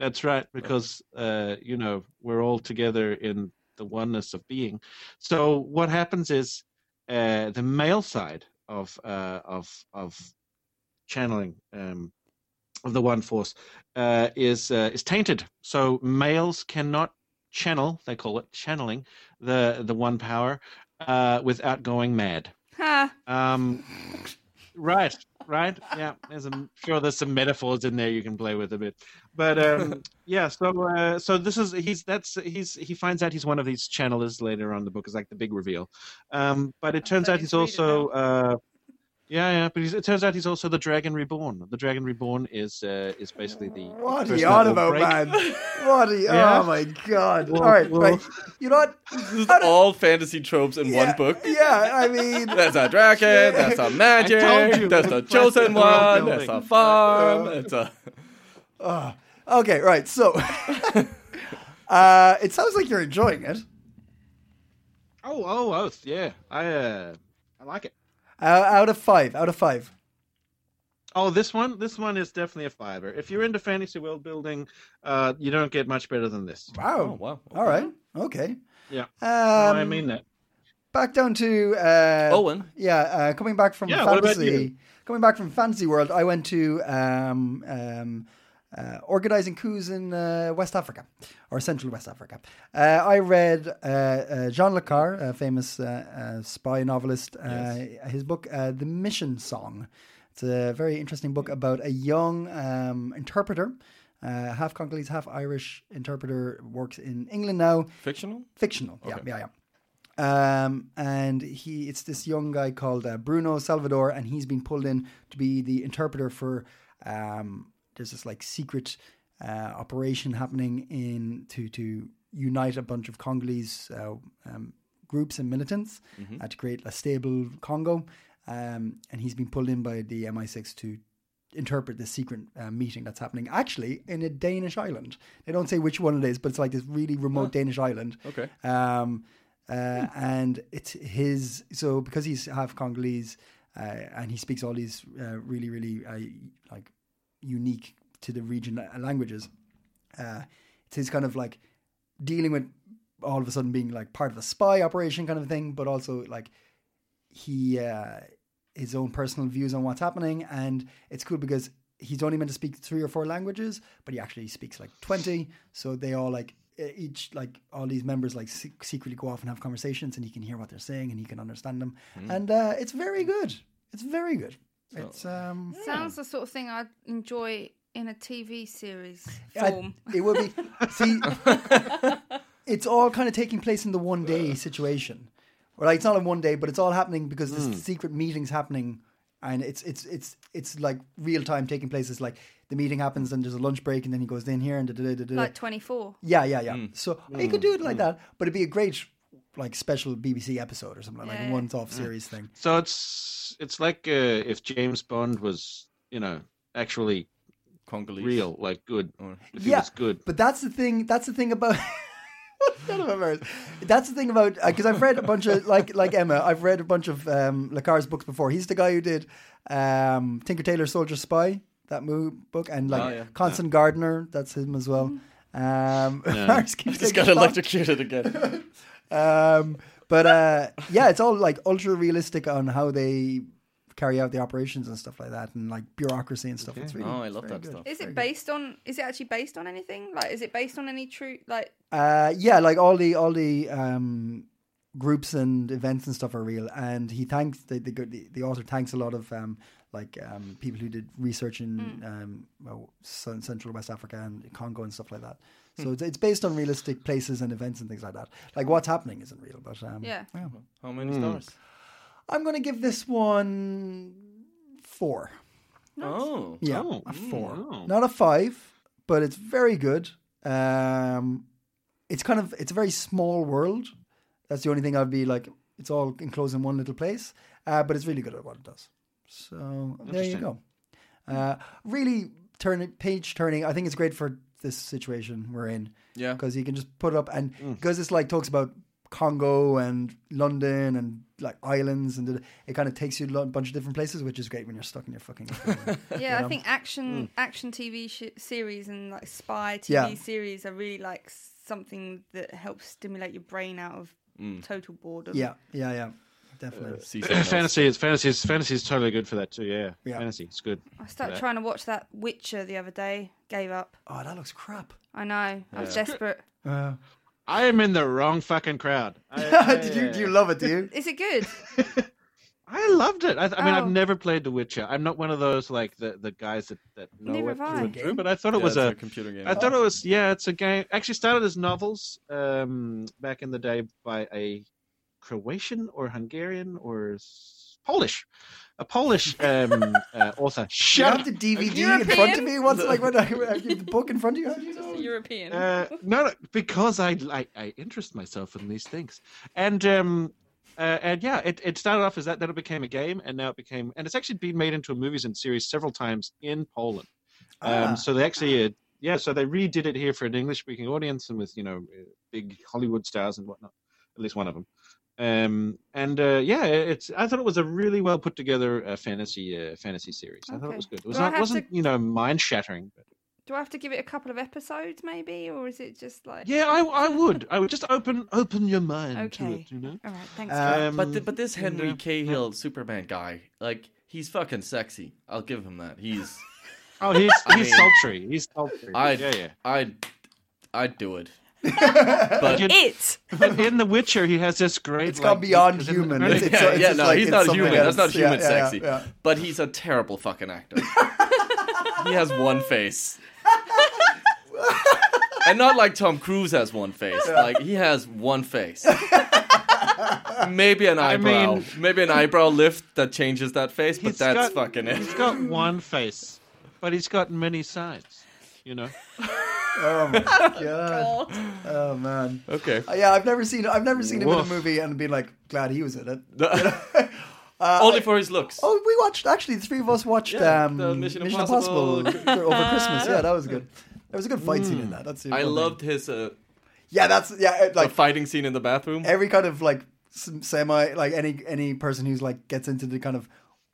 That's right, because uh, you know we're all together in the oneness of being. So what happens is uh, the male side of uh, of of channeling um, of the one force uh, is uh, is tainted. So males cannot channel. They call it channeling the the one power uh, without going mad.
Ha!
Um, right, right. Yeah, there's a, I'm sure there's some metaphors in there you can play with a bit, but um, yeah. So, uh, so this is he's that's he's he finds out he's one of these channelers later on in the book is like the big reveal, um, but it turns out
fucking
he's
read it
also. Uh, yeah, yeah, but he's, it turns out he's also the Dragon Reborn. The Dragon Reborn is uh, is basically the
what are
person
you
that
on
will
about,
break-
man? What are you?
Yeah.
Oh my god!
Well,
all right,
well-
right. You know what?
This is
How do-
all fantasy tropes in
Yeah,
one book.
Yeah, I mean,
That's a dragon. That's a magic.
told you,
That's
the
the chosen
plastic world
one. That's a
building.
farm. It's a
okay, right. So, uh, it sounds like you're enjoying it.
Oh, oh, oath. Yeah, I uh, I like it.
Uh, out of five, out of five.
Oh, this one, this one is definitely a fiver. If you're into fantasy world building, uh, you don't get much better than this.
Wow.
oh wow.
All right. Okay.
Yeah,
Um,
No, I mean that.
back down to uh,
Owen.
Yeah, uh, coming back from
Yeah, what about
fantasy.
you?
Coming back from fantasy world, I went to um, um, uh, organizing coups in uh, West Africa or Central West Africa. Uh, I read uh, uh, Jean Le Carre, a famous uh, uh, spy novelist, uh, his book uh, "The Mission Song." It's a very interesting book about a young um, interpreter. Uh, half Congolese, half Irish interpreter works in England now
Fictional.
fictional. Yeah, yeah, yeah. Um, and he, it's this young guy called uh, Bruno Salvador, and he's been pulled in to be the interpreter for. Um, there's this like secret uh, operation happening in to to unite a bunch of Congolese uh, um, groups and militants uh, to create a stable Congo. Um, and he's been pulled in by the MI6 to interpret this secret uh, meeting that's happening actually in a Danish island. They don't say which one it is, but it's like this really remote Danish island.
Okay.
Um, uh, and it's his so because he's half Congolese uh, and he speaks all these uh, really really uh, like unique to the region uh, languages. Uh, it's his kind of like dealing with all of a sudden being like part of a spy operation kind of thing, but also like he uh, his own personal views on what's happening, and it's cool because he's only meant to speak three or four languages, but he actually speaks like twenty. So they all like e- each like all these members like se- secretly go off and have conversations, and he can hear what they're saying and he can understand them, and uh, it's very good. It's very good. It's um.
Sounds the sort of thing I'd enjoy in a TV series
I-
form.
it will be. See, it's all kind of taking place in the one day situation. Or like it's not in one day, but it's all happening because this secret meeting's happening, and it's it's it's it's like real time taking place. It's like the meeting happens, and there's a lunch break, and then he goes in here and da da da da. da.
like 24.
Yeah, yeah, yeah. So you could do it like that, but it'd be a great like special BBC episode or something like
Yeah.
a once-off series thing.
So it's it's like uh, if James Bond was, you know, actually
Congolese.
real, like good.
Or-
If he
Yeah.
was good.
But that's the thing. That's the thing about. None of them are. That's the thing about because I've read a bunch of like like Emma. I've read a bunch of um, Lacar's books before. He's the guy who did um, Tinker Tailor Soldier Spy that movie book and like
Oh, yeah.
Constant Gardener. That's him as well. Um, Mars keeps taking
Just got
shots.
electrocuted again.
Um, but uh, yeah, it's all like ultra realistic on how they carry out the operations and stuff like that, and like bureaucracy and stuff. It's really
Oh, I love that stuff.
Is it based on? Is it actually based on anything? Like, is it based on any true? Like,
Uh, yeah, like all the all the um, groups and events and stuff are real, and he thanks the the, the, the author thanks a lot of um, like um, people who did research in um, well, Cen- Central West Africa and Congo and stuff like that. So it's, it's based on realistic places and events and things like that. Like what's happening isn't real, but
Hmm.
um,
yeah.
How many stars?
I'm gonna give this one four.
Oh.
Yeah,
Oh,
a four,
wow.
not a five, but it's very good. Um, it's kind of it's a very small world. That's the only thing I'd be like. It's all enclosed in one little place, uh, but it's really good at what it does. So there you
Interesting.
go. Uh, really turn page turning. I think it's great for this situation we're in
Yeah.
because you can just put up and
Mm.
because it's like talks about Congo and London and like islands and it, it kind of takes you to a bunch of different places, which is great when you're stuck in your fucking.
Yeah, I think
Mm.
action action TV sh- series and like spy TV
Yeah.
series are really like something that helps stimulate your brain out of
Mm.
total boredom.
yeah, yeah, yeah, definitely.
See something else.
fantasy is fantasy is fantasy is totally good for that too. Yeah,
Yeah.
fantasy it's good.
I started trying to watch that Witcher the other day. Gave up.
Oh, that looks crap.
I know. I was desperate.
Uh,
I am in the wrong fucking crowd. I,
Did you? Do you love it? Do you?
Is it good?
I loved it. I, I mean,
Oh.
I've never played The Witcher. I'm not one of those like the, the guys that, that know
Neither
it
have I.
through and through. But I thought it
Yeah,
was
it's
a,
a computer game.
I thought it was yeah, it's a game. Actually, started as novels um, back in the day by a Croatian or Hungarian or s- Polish, a Polish um, uh, author.
Do you
Shut
have
up.
the DVD in front of me? What's like when I have the book in front of you? How do you know?
European.
Uh, no, no, because I, I I interest myself in these things, and um, uh, and yeah, it, it started off as that, then it became a game, and now it became, and it's actually been made into movies and series several times in Poland. Um,
Ah.
So they actually, uh, yeah, so they redid it here for an English-speaking audience and with you know uh, big Hollywood stars and whatnot, at least one of them. Um, and uh, yeah, it's I thought it was a really well put together uh, fantasy uh, fantasy series. I thought
Okay.
it was good. It was
Do I
not
have
wasn't you know mind shattering, but
Do I have to give it a couple of episodes, maybe, or is it just like?
yeah, I, I would. I would just open open your mind to
Okay.
it, you know.
All right. Thanks.
Uh,
Joe.
But th- but this
Um,
Henry
yeah,
Cahill Superman guy, like he's fucking sexy. I'll give him that. He's
Oh, he's
I
he's
mean,
sultry. He's sultry.
I'd
yeah, yeah.
I'd I'd do it. But
You'd-
it.
But in The Witcher, he has this great.
It's gone
like,
beyond
because in-
human.
really-
It's, it's, it's
yeah,
just
no,
like
he's
it's
not
something
human.
else.
That's not
Yeah,
human
yeah,
sexy.
yeah.
But he's a terrible fucking actor. he has one face. and not like Tom Cruise has one face. Like he has one face. Maybe an eyebrow.
mean-
Maybe an eyebrow lift that changes that face, but
he's
that's
got-
fucking
He's
it.
got one face, but he's got many sides. You know.
Oh my god. Oh man.
Okay.
Uh, yeah, I've never seen. I've never seen him in
Woof.
a movie and been like glad he was in it.
Only for his looks.
Uh, Oh, we watched actually. The three of us watched
Yeah,
um,
the
Mission,
Mission
Impossible,
Impossible.
over Christmas. Yeah. that was good. There was a good fight scene in that. That's the
I
one thing.
loved his uh,
Yeah, that's yeah. it,
the
Like
fighting scene in the bathroom.
every kind of like s- semi like any any person who's like gets into the kind of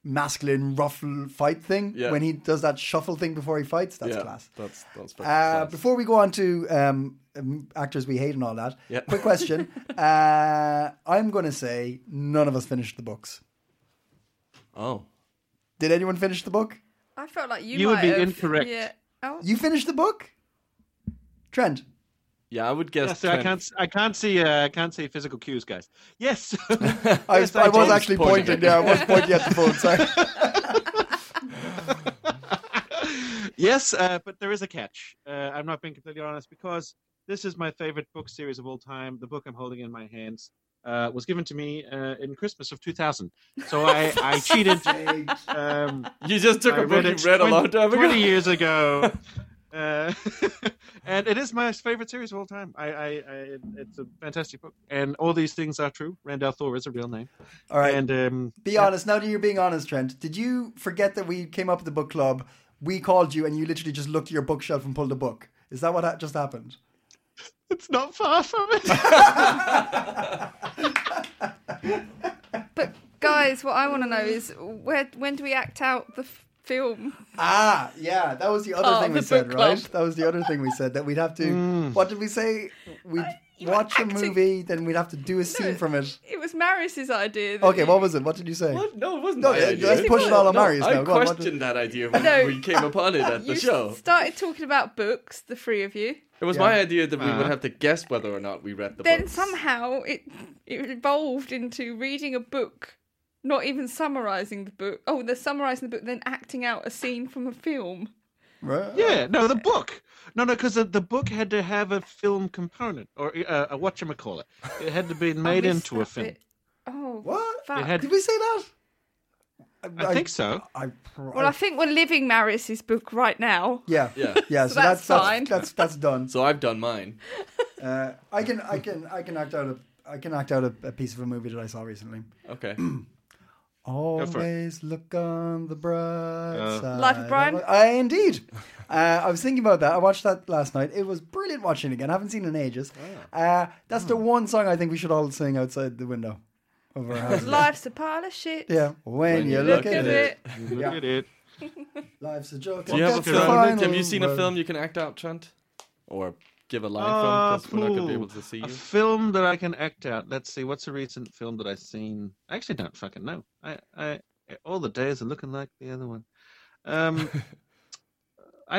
masculine rough l- fight thing
Yeah.
when he does that shuffle thing before he fights. That's
yeah,
class.
that's that's fucking
Uh,
class.
before we go on to um, um, actors we hate and all that,
Yeah.
quick question. uh, I'm going to say none of us finished the books.
Oh,
Did anyone finish the book?
I felt like you.
You would
might
be
have-
incorrect.
Yeah. Oh.
You finished the book? Trent.
yeah, I would guess.
Yeah, so I
Trent-
can't I can't see uh, I can't see physical cues, guys. Yes.
I,
Yes,
was I,
I
was
did.
actually
Pointing.
pointing. Yeah, I was pointing at the phone. Sorry.
yes, uh, but there is a catch. Uh, I'm not being completely honest because this is my favorite book series of all time. The book I'm holding in my hands uh, was given to me uh, in Christmas of 2000. So I, I cheated. Um,
You just took
I
a book you
it
read a
20
long time ago.
20 years ago. Uh, and it is my favorite series of all time. I, I, I, it's a fantastic book, and all these things are true. Randall Thor is a real name.
All right.
And um,
Be honest. Now that you're being honest, Trent, did you forget that we came up with the book club? We called you and you literally just looked at your bookshelf and pulled a book. Is that what ha- just happened?
it's not far from it.
But guys, what I want to know is where when do we act out the f- film?
Ah, yeah, that was the other
Oh,
thing we
the
said,
book club.
right? That was the other thing we said that we'd have to. What did we say? We'd
Uh, you were
watch a
acting.
movie, then we'd have to do a scene from it.
It was Maris's idea. that
Okay,
you-
what was it? What did you say?
What? No, it wasn't.
No,
my
yeah,
idea.
let's push it all on
No,
Marius
I
now. Go on, what
questioned that idea when
No.
we came upon it at the
you
show.
started talking about books, the three of you.
It was
Yeah. Uh-huh.
my idea that we would have to guess whether or not we read the
Then
books.
somehow it it evolved into reading a book, not even summarizing the book. Oh, they're summarizing the book, then acting out a scene from a film.
Right?
Yeah, no, the book. No, no, because the, the book had to have a film component or uh, a whatchamacallit. It had to be made
missed
into a
that
film.
bit. Oh,
What?
fuck.
It had-
Did we say that?
I, think so.
I, pr-
Well, I think we're living Maris's book right now.
yeah,
Yeah.
yeah. So,
So
that's
that's
that's,
fine.
that's that's done.
So I've done mine.
Uh, I can I can I can act out a, I can act out a, a piece of a movie that I saw recently.
Okay.
for it.
Always look on the bright
Uh,
side.
Life of Brian?
I, indeed. Uh, I was thinking about that. I watched that last night. It was brilliant watching it again. I haven't seen it in ages. Uh, that's the one song I think we should all sing outside the window of our house.
Life's a pile of shit.
yeah, when, you look, at, it,
Look
Yeah.
at it.
life's a joke.
Do you have a
That's the
film? Have
final
you seen a
word.
film you can act out, Trent? Or give a line
Ah,
Uh,
from? Because we're not going to be
cool.
able to see
A
you.
film that I can act out. Let's see. What's a recent film that I've seen? I actually don't fucking know. I, I all the days are looking like the other one. Um,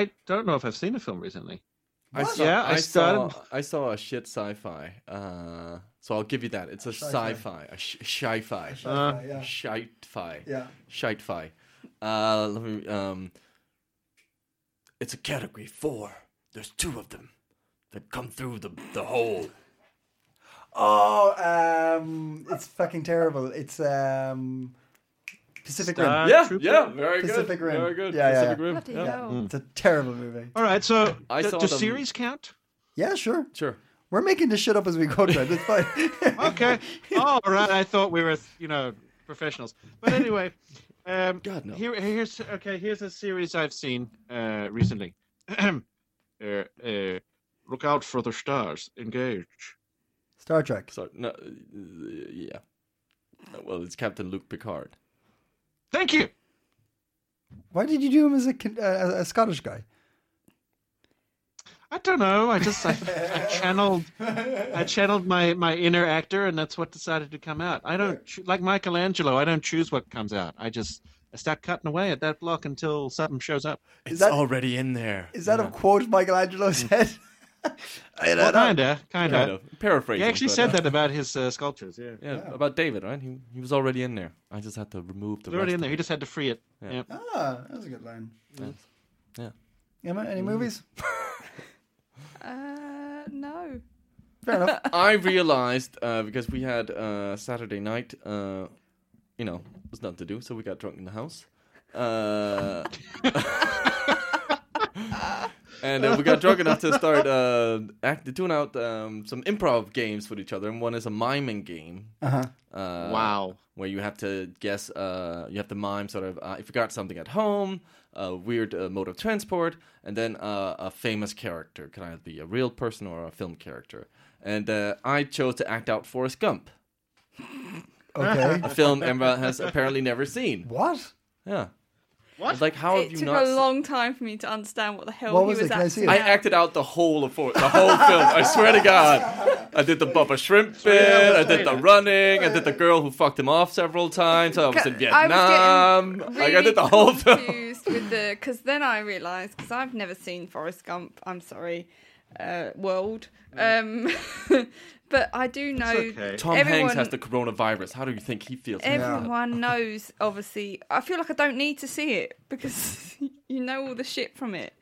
I don't know if I've seen a film recently.
I
What?
saw,
Yeah, I
I, saw.
started-
I saw a shit sci-fi. Uh, so I'll give you that. It's a
Sci-fi.
sci-fi, a sh- sci-fi,
Uh,
Yeah, yeah.
shite-fi,
yeah.
shite-fi. Uh, let me. Um, it's a category four. There's two of them that come through the the hole.
Oh, um, it's fucking terrible. It's um, Pacific
Star
Rim.
yeah,
Uh, Trooper?
yeah, very
Pacific
good,
Rim.
very good.
Yeah, yeah,
Pacific
yeah.
Rim. Uh,
Bloody
yeah.
hell.
It's a terrible movie.
All right. So
I
do,
saw
do
them-
series count?
Yeah, sure.
Sure.
We're making this shit up as we go, Trent. It's fine.
Okay. All right. I thought we were, you know, professionals. But anyway, um,
God, no.
Here, here's okay. Here's a series I've seen uh, recently. uh, uh, look out for the stars. Engage.
Star Trek.
Sorry. No. uh, Yeah. Uh, Well, it's Captain Luke Picard.
Thank you.
Why did you do him as a con- uh, a Scottish guy?
I don't know. I just I, I channeled I channeled my my inner actor, and that's what decided to come out. I don't choo- like Michelangelo. I don't choose what comes out. I just I start cutting away at that block until something shows up.
It's
that-
already in there.
Is that a quote Michelangelo said? I
Well,
don't know.
kinda, kinda.
kind of paraphrasing?
He actually
but,
said
uh,
that about his uh, sculptures. Yeah.
Yeah, about David, right? He he was already in there. I just had to remove the.
It's already
rest
in there. He
of
just had to free it.
Yeah.
Yeah.
Ah, that was a good line.
it. Yeah.
Emma, any movies?
Uh, no.
Fair enough.
I realized uh, because we had uh, Saturday night, uh, you know, there's nothing to do, so we got drunk in the house. Uh, and uh, we got drunk enough to start uh, act- doing out um, some improv games with each other, and one is a miming game.
Uh-huh.
Uh,
Wow.
where you have to guess, uh, you have to mime sort of uh, if you got something at home, a weird uh, mode of transport, and then uh, a famous character. Can either be a real person or a film character? And uh, I chose to act out Forrest Gump,
Okay.
a film Emma has apparently never seen.
what?
Yeah.
What?
It's like, how have
it
you
took
not?
a
se-
long time for me to understand what the hell
What
he
was
was,
it? Can I see
acting
it?
I
out.
acted out the whole of Forrest, the whole film. I swear to God, I did the Bubba Shrimp bit. I did the running. I did the girl who fucked him off several times. I was in
I was
Vietnam.
getting
like I
really
did the whole film.
confused with the because then I realised because I've never seen Forrest Gump. I'm sorry, uh, world. Um, but I do know
okay.
Tom Hanks
everyone-
has the coronavirus. How do you think he feels?
Everyone knows, obviously. I feel like I don't need to see it because you know all the shit from it.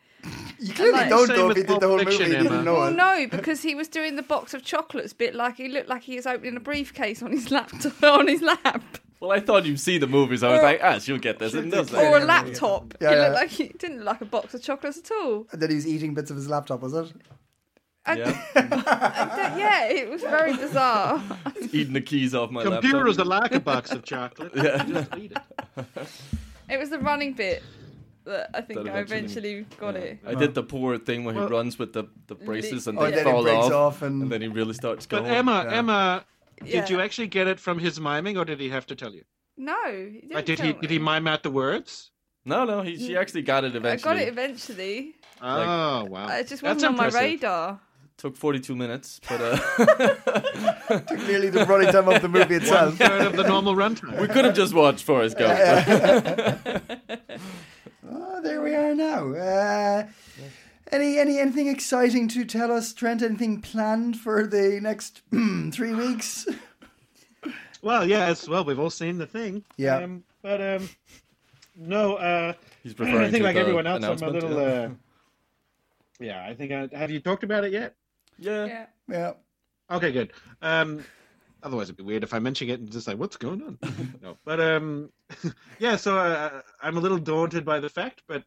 You clearly
like-
don't
Same
know if
with
he did the
Pulp
whole movie.
Fiction,
You didn't
Emma.
know
Well,
it.
no, because he was doing the box of chocolates bit like he looked like he was opening a briefcase on his laptop on his lap
Well, I thought you'd see the movies. I was
Or-
like, ah, she'll get this. And this.
or a laptop.
Yeah,
it
yeah.
looked like he it didn't look like a box of chocolates at all.
That he was eating bits of his laptop, was it?
I-
Yeah,
I don't- yeah, it was very bizarre.
eating the keys off my
Computer is
laptop.
a like a box of chocolate.
Yeah.
Just eat it.
It was the running bit that I think
That
I
eventually-
eventually got it.
I did the poor thing where he
Well-
runs with the, the braces and
Oh,
they
and then
it
fall
breaks
off,
off and-
and... then he really starts
But
going.
Emma, Emma,
Yeah.
did you actually get it from his miming, or did he have to tell you?
No, he didn't
Like, did
tell
he did
me.
he mime out the words?
no, no, he, she actually got it
I
eventually.
got it eventually.
Oh wow!
It just
That's
wasn't on my
impressive.
radar.
Took 42 minutes, but uh,
Clearly the running time of the movie itself.
Third of the normal
we
runtime.
could have just watched Forrest Gump.
Oh, there we are now. Uh, any, any anything exciting to tell us, Trent? Anything planned for the next three weeks?
Well, yes. Well, we've all seen the thing.
Yeah.
Um, but um, no. Uh,
He's
I
referring
think
to
like
the
everyone else, I'm a
announcement,
little.
yeah.
Uh, yeah, I think. I, have you talked about it yet? uh,
Yeah.
Yeah.
Yeah.
Okay, good. Um, otherwise, it'd be weird if I mention it and just like, what's going on? no, but um, yeah. So uh, I'm a little daunted by the fact, but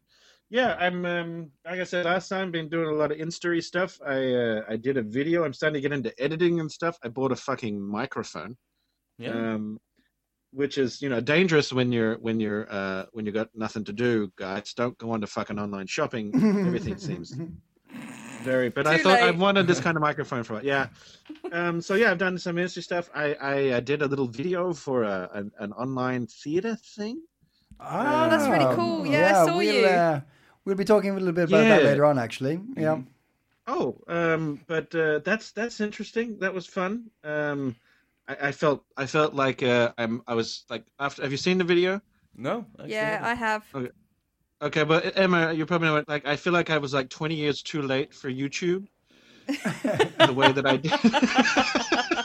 yeah, I'm um, like I said last time, been doing a lot of instory stuff. I uh, I did a video. I'm starting to get into editing and stuff. I bought a fucking microphone,
Yeah.
um, which is you know dangerous when you're when you're uh, when you got nothing to do. Guys, don't go on to fucking online shopping. Everything seems very. But I
Too
thought I
late.
wanted this kind of microphone for it. Yeah. Um, so yeah, I've done some industry stuff. I I uh, did a little video for a, an, an online theater thing.
Ah,
that's really cool. Yeah, I saw
we'll,
you.
Uh, we'll be talking a little bit about that
Yeah.
later on, actually. Yeah.
Oh, um, but uh, that's that's interesting. That was fun. Um, I, I felt I felt like uh, I'm I was like after. Have you seen the video?
No. actually
Yeah,
haven't.
I have.
Okay, but E- Emma, you probably know it. Like I feel like I was like 20 years too late for YouTube. the way that I did.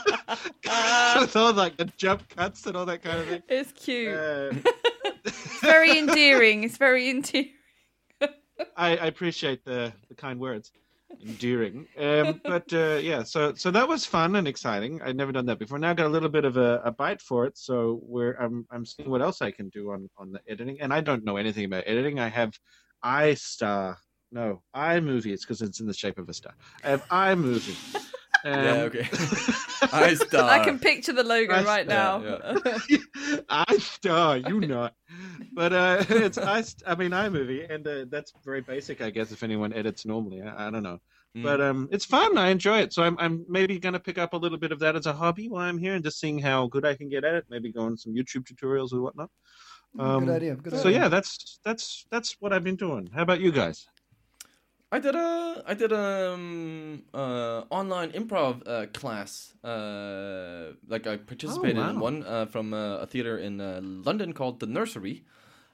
With all like the jump cuts and all that kind of thing.
It's cute.
Uh,
It's very endearing. It's very endearing.
I, I appreciate the, the kind words. Endearing. Um, but uh, yeah, so so that was fun and exciting. I'd never done that before. Now I got a little bit of a, a bite for it, so we're I'm I'm seeing what else I can do on, on the editing. And I don't know anything about editing. I have iStar. No, iMovie. It's because it's in the shape of a star. I have iMovie. Um,
Yeah. Okay. I star.
I can picture the logo
That's-
right
Yeah,
now.
yeah.
I star, you not. But uh, it's I, st- I mean iMovie, and uh, that's very basic, I guess. If anyone edits normally, I, I don't know,
Mm.
but um, it's fun. I enjoy it, so I'm I'm maybe gonna pick up a little bit of that as a hobby while I'm here, and just seeing how good I can get at it. Maybe go on some YouTube tutorials or whatnot. Um,
Mm, good idea. Good
So
idea.
yeah, that's that's that's what I've been doing. How about you guys?
I did a I did a um, uh, online improv uh, class. Uh, like I participated in
wow.
one uh, from uh, a theater in uh, London called the Nursery,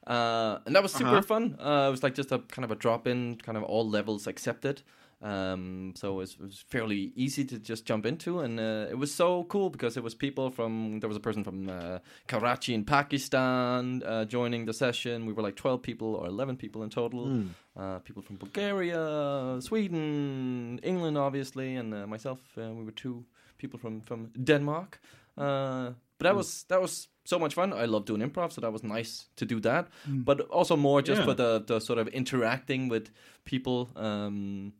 uh, and that was super
Uh-huh.
fun. Uh, it was like just a kind of a drop in, kind of all levels accepted. Um, so it was, it was fairly easy to just jump into, and uh, it was so cool because it was people from there was a person from uh, Karachi in Pakistan uh, joining the session. We were like twelve people or eleven people in total uh, people from Bulgaria, Sweden, England, obviously, and uh, myself. Uh, we were two people from from Denmark. Uh, but
Hmm.
that was that was so much fun. I love doing improv, so that was nice to do that. But also more just
Hmm. Yeah.
for the the sort of interacting with people. Um,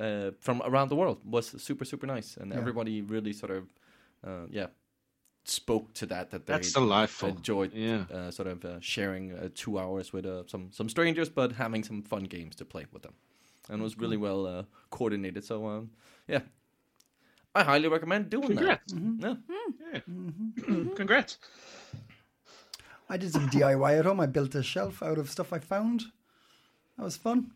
uh, from around the world was super super nice, and
Yeah.
everybody really sort of, uh, yeah, spoke to that that they
That's delightful.
enjoyed
Yeah.
uh, sort of uh, sharing uh, two hours with uh, some some strangers, but having some fun games to play with them, and it was
Hmm.
really well uh, coordinated. So um, yeah, I highly recommend doing
Congrats.
Mm-hmm.
that. Yeah.
Yeah. Congrats.
I did some DIY at home. I built a shelf out of stuff I found. That was fun.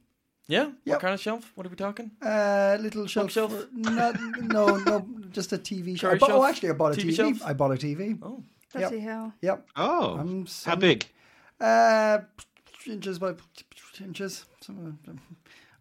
yeah,
Yep.
What kind of shelf? What are we talking?
Uh, little shelf.
shelf?
for- Not, no, no, just a TV show. I
Curry
bought, oh,
shelf?
actually, I bought a TV.
TV shelf?
I bought a TV.
Oh,
Bloody hell.
Yep.
Oh,
I'm
how
some-
big?
Uh, inches by inches. Some of them.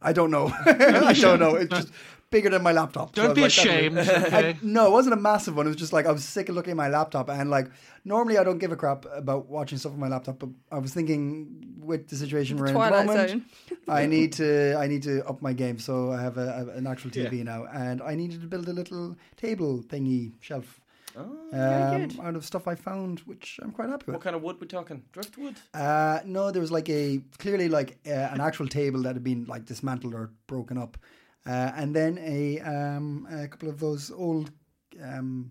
I don't know. I don't know. It's just bigger than my laptop. So I
Don't
was
be
like, that's
ashamed.
it.
okay?
I, no, it wasn't a massive one. It was just like I was sick of looking at my laptop, and like normally I don't give a crap about watching stuff on my laptop, but I was thinking with the situation we're in at the
Twilight
moment,
Zone.
I need to I need to up my game. So I have a, a- an actual TV now, and I needed to build a little table thingy shelf
Oh,
um,
good.
out of stuff I found, which I'm quite happy with.
what kind of wood we talking? Driftwood.
Uh, no, there was like a clearly like uh, an actual table that had been like dismantled or broken up, uh, and then a um, a couple of those old um,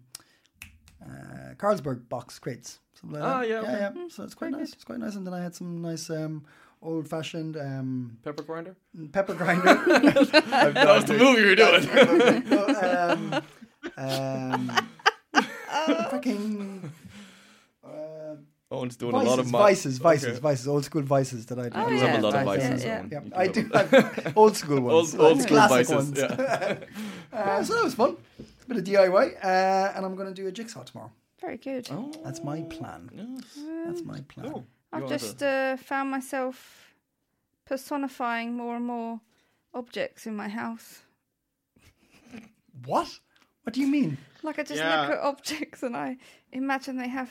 uh, Carlsberg box crates. Something like
Ah,
that.
yeah, okay.
yeah, So it's quite nice. It's quite nice, and then I had some nice um, old fashioned um,
Pepper grinder.
pepper grinder.
that was the movie you were doing.
No, um, um, fucking. Uh,
Owen's doing
vices,
a lot of my-
vices, vices,
Okay.
vices, old school vices that I do.
Oh,
You
yeah.
have a lot of
Yeah,
vices.
yeah.
Owen.
Yeah,
You
I
have a-
do have old school ones,
Old, old
like
school
classic
vices.
ones.
Yeah.
Uh, so that was fun. A bit of DIY, uh, and I'm going to do a jigsaw tomorrow.
Very good.
Oh,
That's my plan.
yes.
That's my plan.
You
I've
wanna
just uh, found myself personifying more and more objects in my house.
What? What do you mean?
Like I just
Yeah.
look at objects and I imagine they have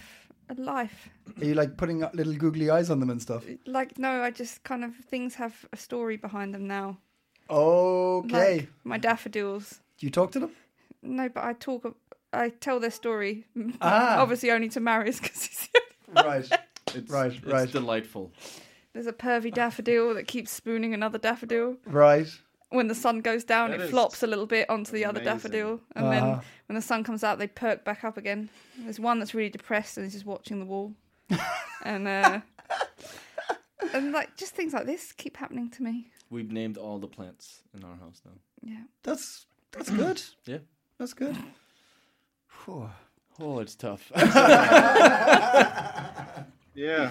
a life.
Are you like putting up little googly eyes on them and
Uh,
stuff?
Like no, I just kind of things have a story behind them now.
Okay.
Like my daffodils.
do you talk to them?
No, but I talk. ab- I tell their story.
Ah.
Obviously, only to Marius because he's. the only-
Right.
It's,
Right,
it's
right.
delightful.
There's a pervy daffodil that keeps spooning another daffodil.
Right.
When the sun goes down,
That
it
is
flops a little bit onto the other
amazing.
daffodil, and
Ah.
then when the sun comes out, they perk back up again. There's one that's really depressed and is just watching the wall, and uh, and like just things like this keep happening to me.
We've named all the plants in our house now.
Yeah,
That's that's good.
Yeah.
That's good. Phew.
Oh, it's tough.
Yeah.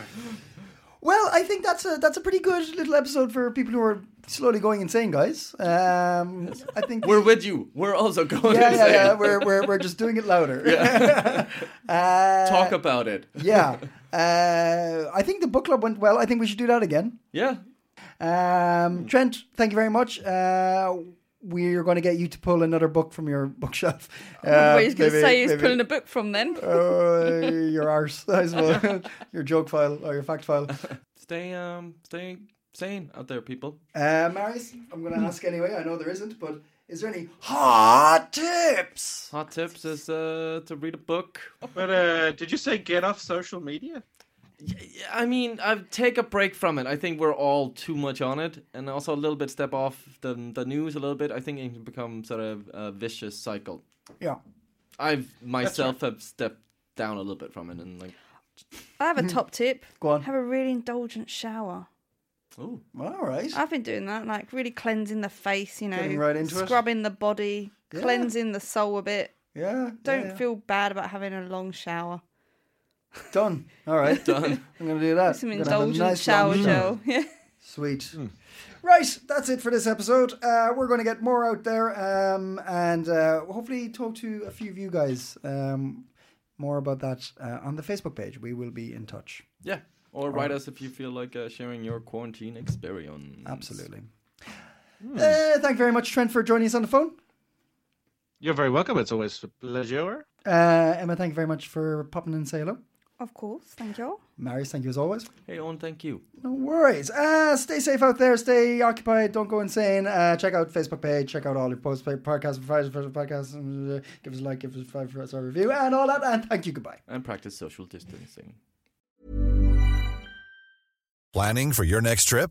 Well, I think that's a that's a pretty good little episode for people who are slowly going insane, guys. Um, I think
We're with you. We're also going
yeah, yeah,
insane.
yeah. We're, we're we're just doing it louder. uh,
Talk about it.
yeah. Uh, I think the book club went well. I think we should do that again.
Yeah.
Um, Trent, thank you very much. Uh, we're going to get you to pull another book from your bookshelf. Uh,
what he's going to
maybe-
say is
maybe-
pulling a book from then.
uh, your arse, I suppose. your joke file or your fact file.
Stay um stay sane out there, people.
Uh, Marius, I'm going to ask anyway. I know there isn't, but is there any hot tips?
Hot tips is uh to read a book.
But uh, did you say get off social media?
Yeah, I mean, I take a break from it. I think we're all too much on it, and also a little bit step off the the news a little bit. I think it can become sort of a vicious cycle.
Yeah.
I've myself have stepped down a little bit from it, and like,
I have a top tip.
Go on.
Have a really indulgent shower.
oh,
All right.
I've been doing that, like really cleansing the face, you know,
Getting right into it.
scrubbing the body,
Yeah.
cleansing the soul a bit.
Yeah.
Don't
yeah, yeah.
feel bad about having a long shower.
Done. All right.
done.
I'm going to do that.
Some
I'm gonna have a
indulgent
nice long
shower gel. Yeah.
Sweet. Right, that's it for this episode. Uh, we're going to get more out there um, and uh, hopefully talk to a few of you guys um, more about that uh, on the Facebook page. We will be in touch.
yeah. Or write us if you feel like uh, sharing your quarantine experience.
Absolutely. Uh, thank you very much, Trent, for joining us on the phone.
You're very welcome. It's always a pleasure.
Uh, Emma, thank you very much for popping in and say hello.
Of course. Thank you.
Marius, thank you as always.
Hey, Owen, thank you.
No worries. Uh, stay safe out there. Stay occupied. Don't go insane. Uh, check out Facebook page. Check out all your posts, podcasts, providers, podcasts. uh, Give us a like. Give us a five star review and all that. And thank you. Goodbye.
And practice social distancing.
Planning for your next trip?